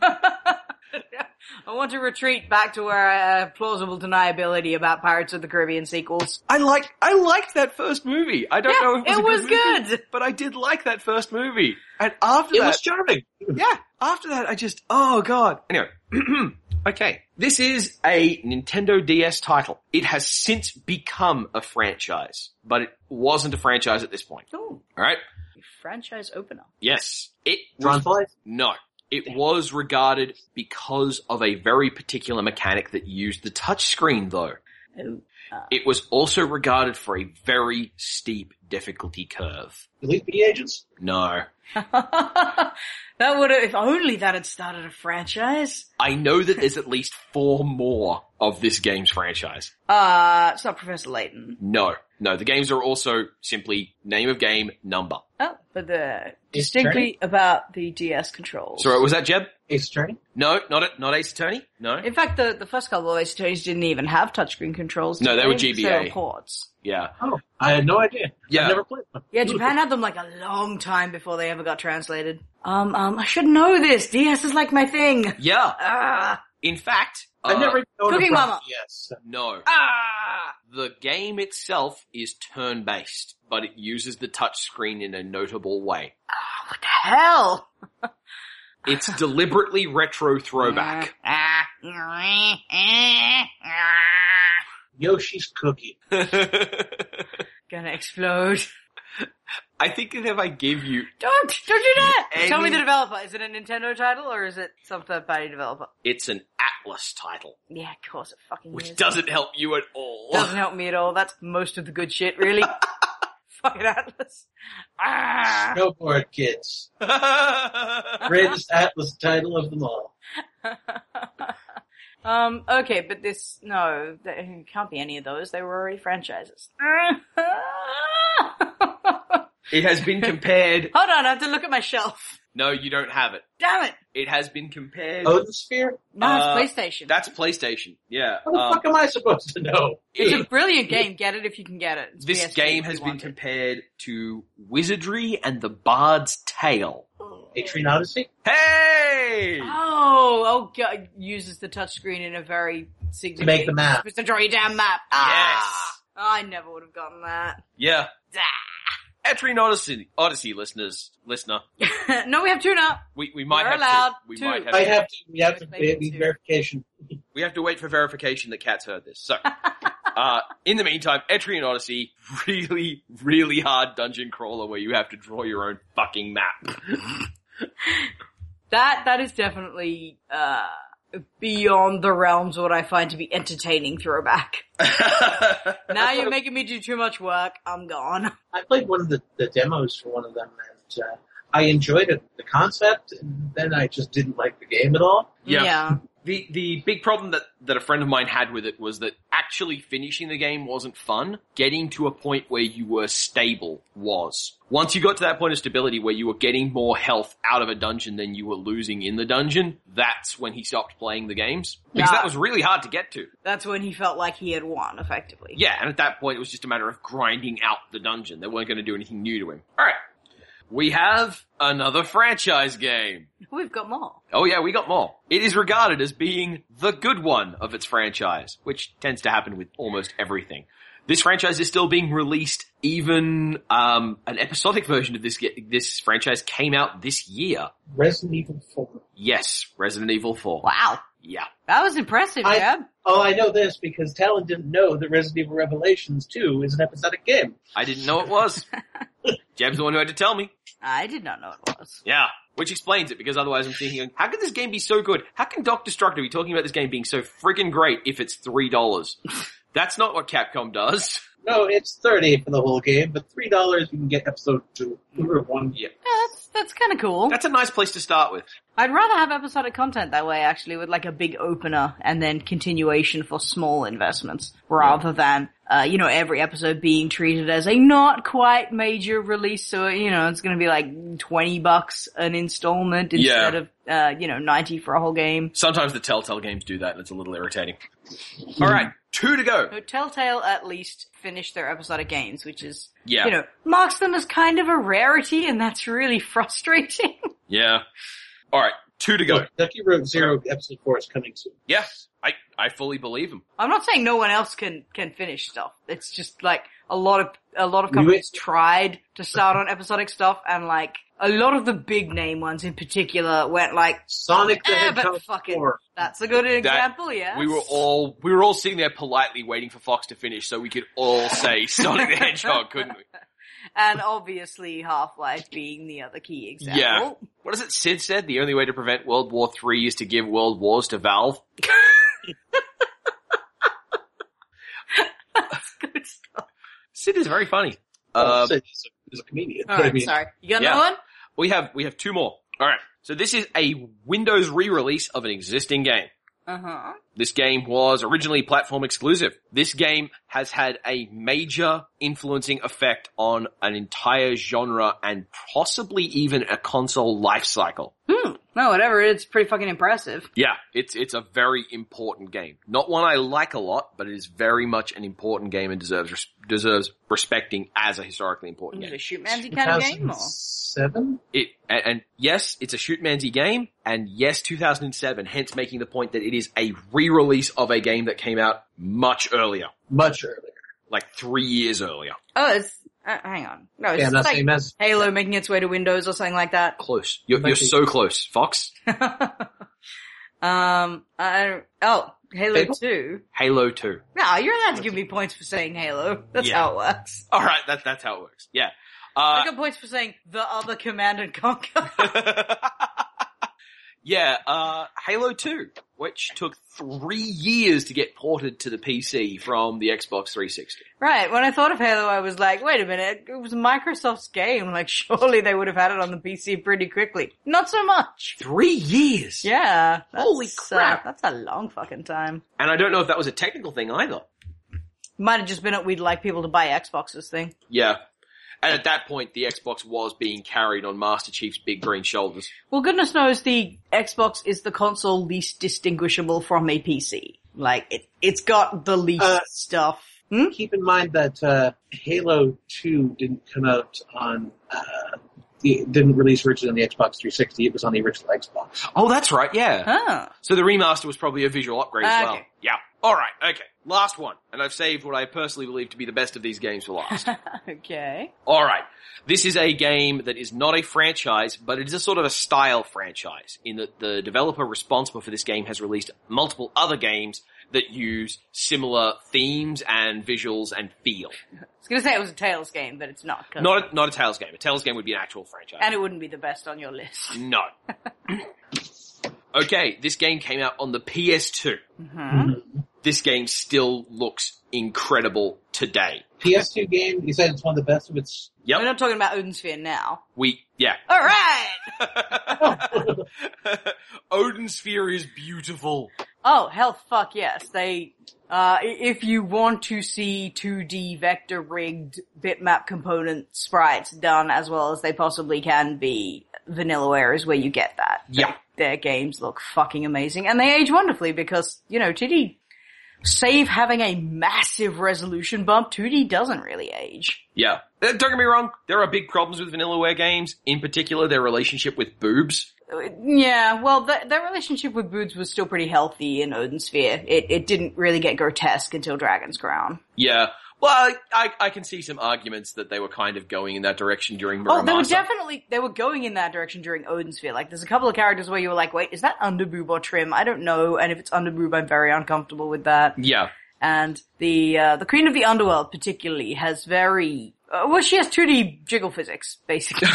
Speaker 3: I want to retreat back to where I have plausible deniability about Pirates of the Caribbean sequels.
Speaker 2: I like I liked that first movie. I don't
Speaker 3: Yeah,
Speaker 2: know if it was,
Speaker 3: it
Speaker 2: a
Speaker 3: was
Speaker 2: movie,
Speaker 3: good.
Speaker 2: but I did like that first movie. And after
Speaker 1: it
Speaker 2: that,
Speaker 1: was charming.
Speaker 2: yeah, after that, I just oh god. Anyway, okay, this is a Nintendo DS title. It has since become a franchise, but it wasn't a franchise at this point.
Speaker 3: Oh,
Speaker 2: All right.
Speaker 3: franchise opener.
Speaker 2: Yes, it was
Speaker 1: Drawn to life.
Speaker 2: No. It was regarded because of a very particular mechanic that used the touchscreen though.
Speaker 3: Oh.
Speaker 2: It was also regarded for a very steep difficulty curve.
Speaker 1: Elite Beat Agents.
Speaker 2: No.
Speaker 3: that would have, if only that had started a franchise.
Speaker 2: I know that there's at least four more of this game's franchise.
Speaker 3: Uh, it's not Professor Layton.
Speaker 2: No. No, the games are also simply name of game, number.
Speaker 3: Oh, but the
Speaker 1: Ace
Speaker 3: distinctly about the DS controls.
Speaker 2: Sorry, was that Jeb?
Speaker 1: Ace Attorney.
Speaker 2: No, not it, not Ace Attorney? No.
Speaker 3: In fact, the, the first couple of Ace Attorneys didn't even have touchscreen controls.
Speaker 2: No,
Speaker 3: did
Speaker 2: they were
Speaker 3: So
Speaker 2: GBA.
Speaker 3: were ports.
Speaker 2: Yeah.
Speaker 1: Oh, I had no idea.
Speaker 2: Yeah.
Speaker 1: I've never played one.
Speaker 3: Yeah, Japan had them like a long time before they ever got translated. Um, um, I should know this. DS is like my thing.
Speaker 2: Yeah.
Speaker 3: Ah,
Speaker 2: In fact,
Speaker 1: I've
Speaker 2: uh,
Speaker 1: never even known
Speaker 3: Cooking
Speaker 1: a front-
Speaker 3: Mama.
Speaker 1: Yes.
Speaker 2: No.
Speaker 3: ah.
Speaker 2: The game itself is turn based, but it uses the touchscreen in a notable way.
Speaker 3: What the hell?
Speaker 2: It's deliberately retro throwback.
Speaker 1: Yoshi's Cookie.
Speaker 2: I
Speaker 3: Gonna explode.
Speaker 2: think that if I give you,
Speaker 3: Don't, don't do that!
Speaker 2: Any-
Speaker 3: Tell me the developer. Is it a Nintendo title or is it some third party developer?
Speaker 2: it's an Atlas title,
Speaker 3: Yeah, of course it fucking
Speaker 2: which
Speaker 3: is.
Speaker 2: doesn't help you at all.
Speaker 3: Doesn't help me at all. That's most of the good shit, really. Fucking Atlas. Ah.
Speaker 1: Snowboard Kids.
Speaker 2: yeah,
Speaker 1: Greatest Atlas title of them all.
Speaker 3: um, okay, but this, no, there can't be any of those. They were already franchises. Hold
Speaker 2: it has been compared.
Speaker 3: on, I have to look at my shelf.
Speaker 2: No, you don't have it.
Speaker 3: Damn it!
Speaker 2: It has been compared.
Speaker 3: Oh,
Speaker 1: Odin Sphere?
Speaker 3: No,
Speaker 2: Uh,
Speaker 3: it's PlayStation.
Speaker 2: That's PlayStation. Yeah.
Speaker 1: How the
Speaker 2: um,
Speaker 1: fuck am I supposed to know?
Speaker 3: Oh, it's
Speaker 2: it-
Speaker 3: a brilliant game. Get it if you can get it. It's
Speaker 2: This
Speaker 3: PSP
Speaker 2: game
Speaker 3: if
Speaker 2: has
Speaker 3: you
Speaker 2: been
Speaker 3: want it.
Speaker 2: compared to Wizardry and the Bard's Tale.
Speaker 1: Patreon Odyssey?
Speaker 2: Hey!
Speaker 3: Oh, oh, God. uses the touchscreen in a very significant.
Speaker 1: make the map.
Speaker 3: It's to draw your damn map. Ah. I never would have gotten that.
Speaker 2: Yeah. Etrian Odyssey, Odyssey listeners, listener,
Speaker 3: no, we have two now.
Speaker 2: we, we might
Speaker 3: We're
Speaker 2: have
Speaker 3: allowed
Speaker 2: to, we
Speaker 3: two.
Speaker 2: might have,
Speaker 1: I
Speaker 2: to-
Speaker 1: have to, we have to,
Speaker 3: Let's make it
Speaker 1: we
Speaker 3: two.
Speaker 1: verification.
Speaker 2: we have to wait for verification that Cat's heard this. So, uh, in the meantime, Etrian Odyssey, really, really hard dungeon crawler where you have to draw your own fucking map.
Speaker 3: That that is definitely uh, beyond the realms of what I find to be entertaining throwback. Now you're making me do too much work. I'm gone.
Speaker 1: I played one of the, the demos for one of them and, uh, I enjoyed it, the concept, and then I just didn't like the game at all.
Speaker 2: Yeah. The the big problem that, that a friend of mine had with it was that actually finishing the game wasn't fun. Getting to a point where you were stable was. Once you got to that point of stability where you were getting more health out of a dungeon than you were losing in the dungeon, that's when he stopped playing the games. Because
Speaker 3: Yeah.
Speaker 2: that was really hard to get to.
Speaker 3: That's when he felt like he had won, effectively.
Speaker 2: Yeah, and at that point it was just a matter of grinding out the dungeon. They weren't going to do anything new to him. Alright. we have another franchise game.
Speaker 3: We've got more.
Speaker 2: Oh yeah, we got more. It is regarded as being the good one of its franchise, which tends to happen with almost everything. This franchise is still being released. Even um, an episodic version of this ge- this franchise came out this year.
Speaker 1: Resident Evil 4.
Speaker 2: Yes, Resident Evil Four.
Speaker 3: Wow.
Speaker 2: Yeah,
Speaker 3: That was impressive,
Speaker 1: I-
Speaker 3: Gab.
Speaker 1: Oh, I know this because Talon didn't know that Resident Evil Revelations 2 is an episodic game.
Speaker 2: I didn't know it was. Jeb's the one who had to tell me.
Speaker 3: I did not know it was.
Speaker 2: Yeah. Which explains it, because otherwise I'm thinking, how could this game be so good? How can Doctor Destructo be talking about this game being so friggin' great if it's three dollars? That's not what Capcom does.
Speaker 1: No, it's 30 for the whole game, but $3 you can get episode 2 or 1.
Speaker 2: Yeah.
Speaker 3: Yeah, that's that's kind of cool.
Speaker 2: That's a nice place to start with.
Speaker 3: I'd rather have episodic content that way, actually, with like a big opener and then continuation for small investments, rather than uh, you know every episode being treated as a not quite major release. So you know it's going to be like twenty bucks an installment
Speaker 2: Yeah.
Speaker 3: instead of uh, you know ninety for a whole game.
Speaker 2: Sometimes the Telltale games do that and it's a little irritating. Alright, two to go.
Speaker 3: So Telltale at least finished their episodic games, which is
Speaker 2: Yeah.
Speaker 3: you know marks them as kind of a rarity, and that's really frustrating.
Speaker 2: Yeah. Alright, two to go.
Speaker 1: Look, Ducky Road Zero episode 4 is coming soon.
Speaker 2: Yes. I, I fully believe him.
Speaker 3: I'm not saying no one else can can finish stuff. It's just like a lot of a lot of
Speaker 1: We were-
Speaker 3: companies tried to start on episodic stuff, and like a lot of the big name ones in particular went like,
Speaker 1: Sonic the
Speaker 3: Eh, but
Speaker 1: Hedgehog
Speaker 3: fuck it.
Speaker 1: 4.
Speaker 3: "That's a good example." Yeah,
Speaker 2: We were all, we were all sitting there politely waiting for Fox to finish so we could all say Sonic the Hedgehog, couldn't we?
Speaker 3: and obviously Half Life being the other key example.
Speaker 2: Yeah. What is it Sid said? The only way to prevent World War Three is to give World Wars to Valve.
Speaker 3: good stuff.
Speaker 2: Sid is very funny.
Speaker 1: Oh,
Speaker 2: Uh,
Speaker 1: so he's a, he's a comedian.
Speaker 3: All
Speaker 1: but I
Speaker 3: right,
Speaker 1: mean,
Speaker 3: sorry. You got
Speaker 2: yeah.
Speaker 3: another one?
Speaker 2: we have we have two more. All right. So this is a Windows re-release of an existing game.
Speaker 3: Uh huh.
Speaker 2: This game was originally platform exclusive. This game has had a major influencing effect on an entire genre and possibly even a console life cycle.
Speaker 3: Hmm. No, whatever. It's pretty fucking impressive.
Speaker 2: Yeah, it's it's a very important game. Not one I like a lot, but it is very much an important game and deserves res- deserves respecting as a historically important
Speaker 3: Is it
Speaker 2: game.
Speaker 3: a shoot mansy kind of game? Or?
Speaker 1: 2007?
Speaker 2: It and, and yes, it's a shoot mansy game, and yes, 2007. Hence, making the point that it is a re-release of a game that came out much earlier,
Speaker 1: Much earlier.
Speaker 2: like three years earlier.
Speaker 3: Oh, it's uh, hang on. No, it's
Speaker 1: Yeah, not
Speaker 3: like
Speaker 1: same as
Speaker 3: Halo making its way to Windows or something like that.
Speaker 2: Close. You're, you're
Speaker 1: Might be.
Speaker 2: so close, Fox.
Speaker 3: um, I don't, oh, Halo
Speaker 1: Halo?
Speaker 3: 2.
Speaker 2: Halo Two.
Speaker 3: No, you're allowed to give me points for saying Halo. That's
Speaker 2: Yeah.
Speaker 3: how it works.
Speaker 2: All right, that that's how it works. Yeah.
Speaker 3: I
Speaker 2: Uh,
Speaker 3: got points for saying the other Command and Conquer.
Speaker 2: yeah, uh, Halo 2, which took three years to get ported to the PC from the Xbox 360.
Speaker 3: right, when I thought of Halo, I was like, wait a minute, it was Microsoft's game. Like, surely they would have had it on the PC pretty quickly. Not so much.
Speaker 2: Three years?
Speaker 3: Yeah. that's,
Speaker 2: Holy crap.
Speaker 3: uh, that's a long fucking time.
Speaker 2: And I don't know if that was a technical thing either.
Speaker 3: Might have just been a we'd like people to buy Xboxes thing.
Speaker 2: Yeah. And at that point, the Xbox was being carried on Master Chief's big green shoulders.
Speaker 3: Well, goodness knows the Xbox is the console least distinguishable from a PC. Like it, it's got the least
Speaker 1: Uh,
Speaker 3: stuff. Hmm?
Speaker 1: Keep in mind that uh, Halo 2 didn't come out on. Uh, it didn't release originally on the Xbox 360. It was on the original Xbox.
Speaker 2: Oh, that's right, yeah.
Speaker 3: Huh.
Speaker 2: So the remaster was probably a visual upgrade as well.
Speaker 3: Okay.
Speaker 2: Yeah. Alright, okay. Last one. And I've saved what I personally believe to be the best of these games for last.
Speaker 3: Okay.
Speaker 2: All right. This is a game that is not a franchise, but it is a sort of a style franchise in that the developer responsible for this game has released multiple other games that use similar themes and visuals and feel.
Speaker 3: I was gonna say it was a Tails game, but it's not. 'cause-
Speaker 2: Not a, not a Tales game. A Tales game would be an actual franchise.
Speaker 3: and it wouldn't be the best on your list.
Speaker 2: no. okay, this game came out on the PS2.
Speaker 3: hmm
Speaker 2: This game still looks incredible today.
Speaker 1: PS2 game, you said it's one of the best of its.
Speaker 3: We're
Speaker 2: Yep.
Speaker 3: not talking about Odin Sphere now.
Speaker 2: We yeah.
Speaker 3: All right.
Speaker 2: Odin Sphere is beautiful.
Speaker 3: Oh hell, fuck yes. They, uh, i- if you want to see 2D vector rigged bitmap component sprites done as well as they possibly can be, VanillaWare is where you get that.
Speaker 2: Yeah.
Speaker 3: Their games look fucking amazing and they age wonderfully because, you know, 2D, save having a massive resolution bump, 2D doesn't really age.
Speaker 2: Yeah. Uh, Don't get me wrong, there are big problems with Vanillaware games, in particular their relationship with boobs.
Speaker 3: Uh, Yeah, well, th- their relationship with Boots was still pretty healthy in Odin Sphere. It, it didn't really get grotesque until Dragon's Crown.
Speaker 2: Yeah. Well, I, I can see some arguments that they were kind of going in that direction during Muramasa.
Speaker 3: Oh, they were definitely they were going in that direction during Odin Sphere. Like, there's a couple of characters where you were like, "Wait, is that underboob or trim? I don't know." And if it's underboob, I'm very uncomfortable with that.
Speaker 2: yeah.
Speaker 3: And the uh, the Queen of the Underworld, particularly, has very uh, well, she has 2D jiggle physics. Basically,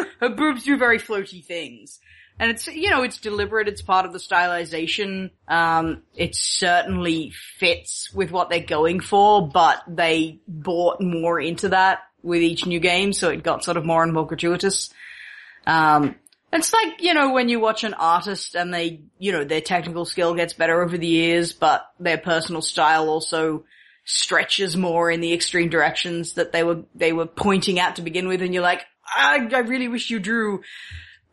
Speaker 3: her boobs do very floaty things. And it's, you know, it's deliberate, it's part of the stylization, um, it certainly fits with what they're going for, but they bought more into that with each new game, so it got sort of more and more gratuitous. Um, it's like, you know, when you watch an artist and they, you know, their technical skill gets better over the years, but their personal style also stretches more in the extreme directions that they were, they were pointing at to begin with, and you're like, I, I really wish you drew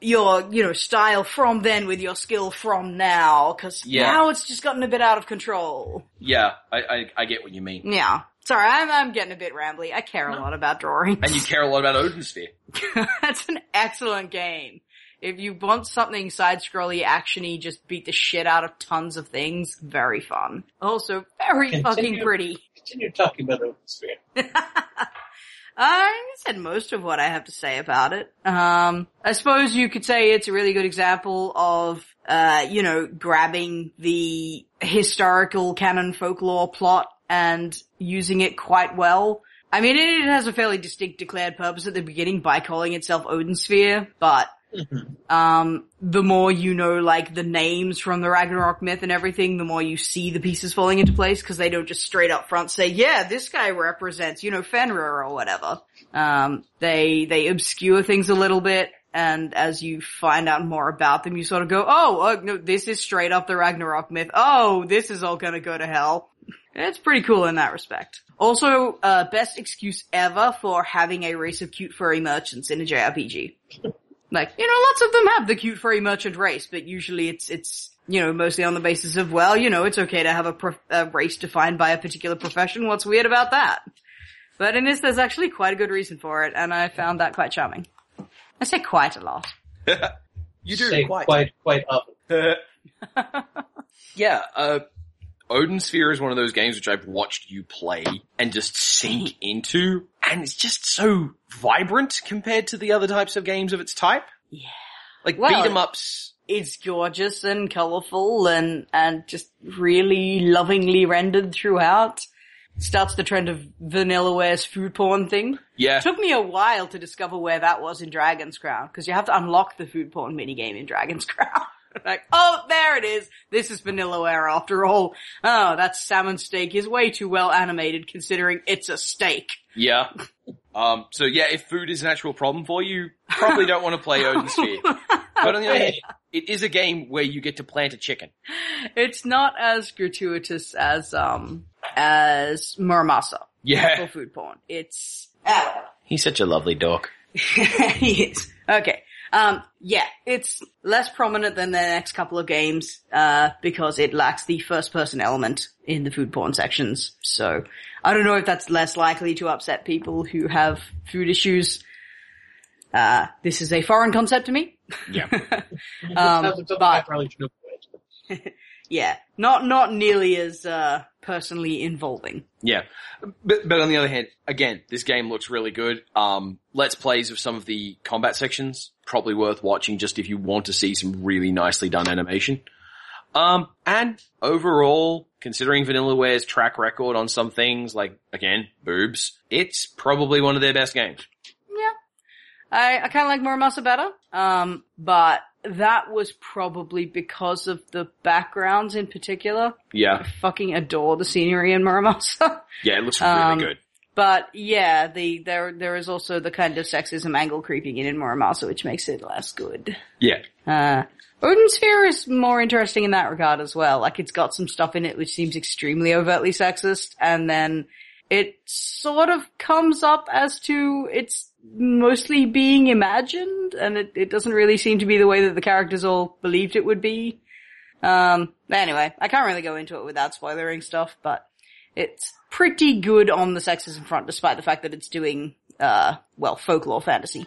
Speaker 3: your, you know, style from then with your skill from now, cause
Speaker 2: Yeah.
Speaker 3: now it's just gotten a bit out of control.
Speaker 2: Yeah, I, I, I get what you mean.
Speaker 3: Yeah. Sorry, I'm, I'm getting a bit rambly. I care a lot about drawings.
Speaker 2: And you care a lot about Odin Sphere.
Speaker 3: That's an excellent game. If you want something side-scrolly, actiony, just beat the shit out of tons of things. Very fun. Also, very
Speaker 1: Continue.
Speaker 3: fucking pretty.
Speaker 1: Continue talking about Open Sphere.
Speaker 3: I said most of what I have to say about it. Um, I suppose you could say it's a really good example of, uh, you know, grabbing the historical canon folklore plot and using it quite well. I mean, it has a fairly distinct declared purpose at the beginning by calling itself Odin Sphere, but um, the more you know, like the names from the Ragnarok myth and everything, the more you see the pieces falling into place because they don't just straight up front say, "Yeah, this guy represents you know Fenrir or whatever." Um, they they obscure things a little bit, and as you find out more about them, you sort of go, "Oh, uh, no, this is straight up the Ragnarok myth. Oh, this is all gonna go to hell." It's pretty cool in that respect. Also, uh, best excuse ever for having a race of cute furry merchants in a JRPG. Like, you know, lots of them have the cute furry merchant race, but usually it's, it's, you know, mostly on the basis of, well, you know, it's okay to have a, prof- a race defined by a particular profession. What's weird about that? But in this, there's actually quite a good reason for it, and I found that quite charming. I say quite a lot.
Speaker 2: You
Speaker 1: Say quite, quite often.
Speaker 2: yeah, uh, Odin Sphere is one of those games which I've watched you play and just sink into, and it's just so vibrant compared to the other types of games of its type.
Speaker 3: Yeah.
Speaker 2: Like
Speaker 3: Well,
Speaker 2: beat 'em ups.
Speaker 3: It's gorgeous and colorful and, and just really lovingly rendered throughout. Starts the trend of Vanillaware's food porn thing.
Speaker 2: Yeah.
Speaker 3: It took me a while to discover where that was in Dragon's Crown, because you have to unlock the food porn minigame in Dragon's Crown. like, oh, there it is. This is Vanillaware after all. Oh, that salmon steak is way too well animated considering it's a steak.
Speaker 2: Yeah. Um, so yeah, if food is an actual problem for you, probably don't want to play Odin Sphere. But on the other hand, it is a game where you get to plant a chicken.
Speaker 3: It's not as gratuitous as, um, as Muramasa for
Speaker 2: Yeah.
Speaker 3: food porn. It's,
Speaker 2: He's such a lovely dog.
Speaker 3: yes. Okay. Um, yeah, it's less prominent than the next couple of games, uh, because it lacks the first person element in the food porn sections. So I don't know if that's less likely to upset people who have food issues. Uh, this is a foreign concept to me.
Speaker 2: Yeah.
Speaker 3: Um,
Speaker 1: Sounds like something I
Speaker 3: but
Speaker 1: probably should avoid.
Speaker 3: yeah, not, not nearly as, uh, personally involving.
Speaker 2: Yeah, but but on the other hand, again, this game looks really good. Um, let's plays of some of the combat sections probably worth watching just if you want to see some really nicely done animation. Um, and overall, considering Vanillaware's track record on some things, like again, boobs, it's probably one of their best games.
Speaker 3: Yeah. I, I kind of like Muramasa better. Um, but that was probably because of the backgrounds in particular.
Speaker 2: Yeah,
Speaker 3: Fucking adore the scenery in Muramasa.
Speaker 2: yeah, it looks
Speaker 3: Um,
Speaker 2: really good.
Speaker 3: but yeah, the, there, there is also the kind of sexism angle creeping in in Muramasa, which makes it less good.
Speaker 2: Yeah,
Speaker 3: Uh, Odin Sphere is more interesting in that regard as well. Like it's got some stuff in it which seems extremely overtly sexist and then it sort of comes up as to it's mostly being imagined and it, it doesn't really seem to be the way that the characters all believed it would be. Um, anyway, I can't really go into it without spoilering stuff, but it's pretty good on the sexism front, despite the fact that it's doing, uh, well, folklore fantasy.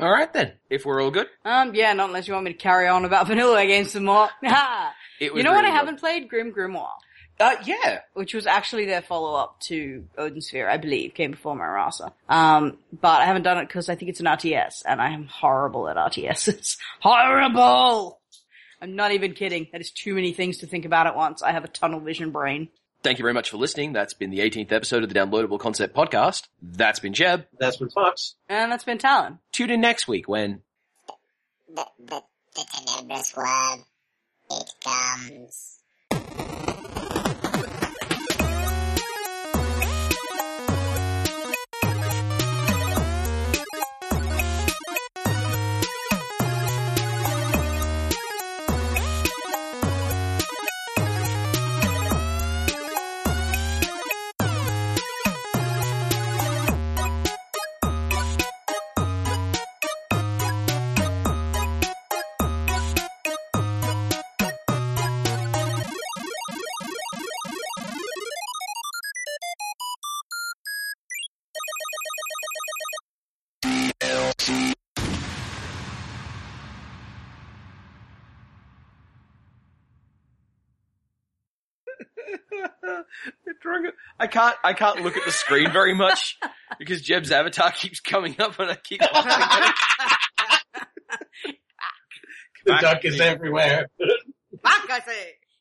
Speaker 2: All right then. If we're all good,
Speaker 3: Um, yeah, not unless you want me to carry on about vanilla games some more. Ha!
Speaker 2: it was
Speaker 3: you know what
Speaker 2: really
Speaker 3: I
Speaker 2: good.
Speaker 3: haven't played? Grim Grimoire.
Speaker 2: Uh, yeah.
Speaker 3: which was actually their follow-up to Odin Sphere, I believe, came before Marasa. Um, but I haven't done it because I think it's an RTS, and I am horrible at RTSs. horrible! I'm not even kidding. That is too many things to think about at once. I have a tunnel vision brain.
Speaker 2: Thank you very much for listening. That's been the 18th episode of the Downloadable Concept Podcast. That's been Jeb.
Speaker 1: That's been Fox.
Speaker 3: And that's been Talon.
Speaker 2: Tune in next week when
Speaker 6: the, the, the tenebrous web, it comes.
Speaker 2: drawing I can't I can't look at the screen very much because Jeb's avatar keeps coming up and I keep watching it.
Speaker 1: The
Speaker 2: Back
Speaker 1: duck
Speaker 2: to
Speaker 1: is
Speaker 2: me.
Speaker 1: everywhere.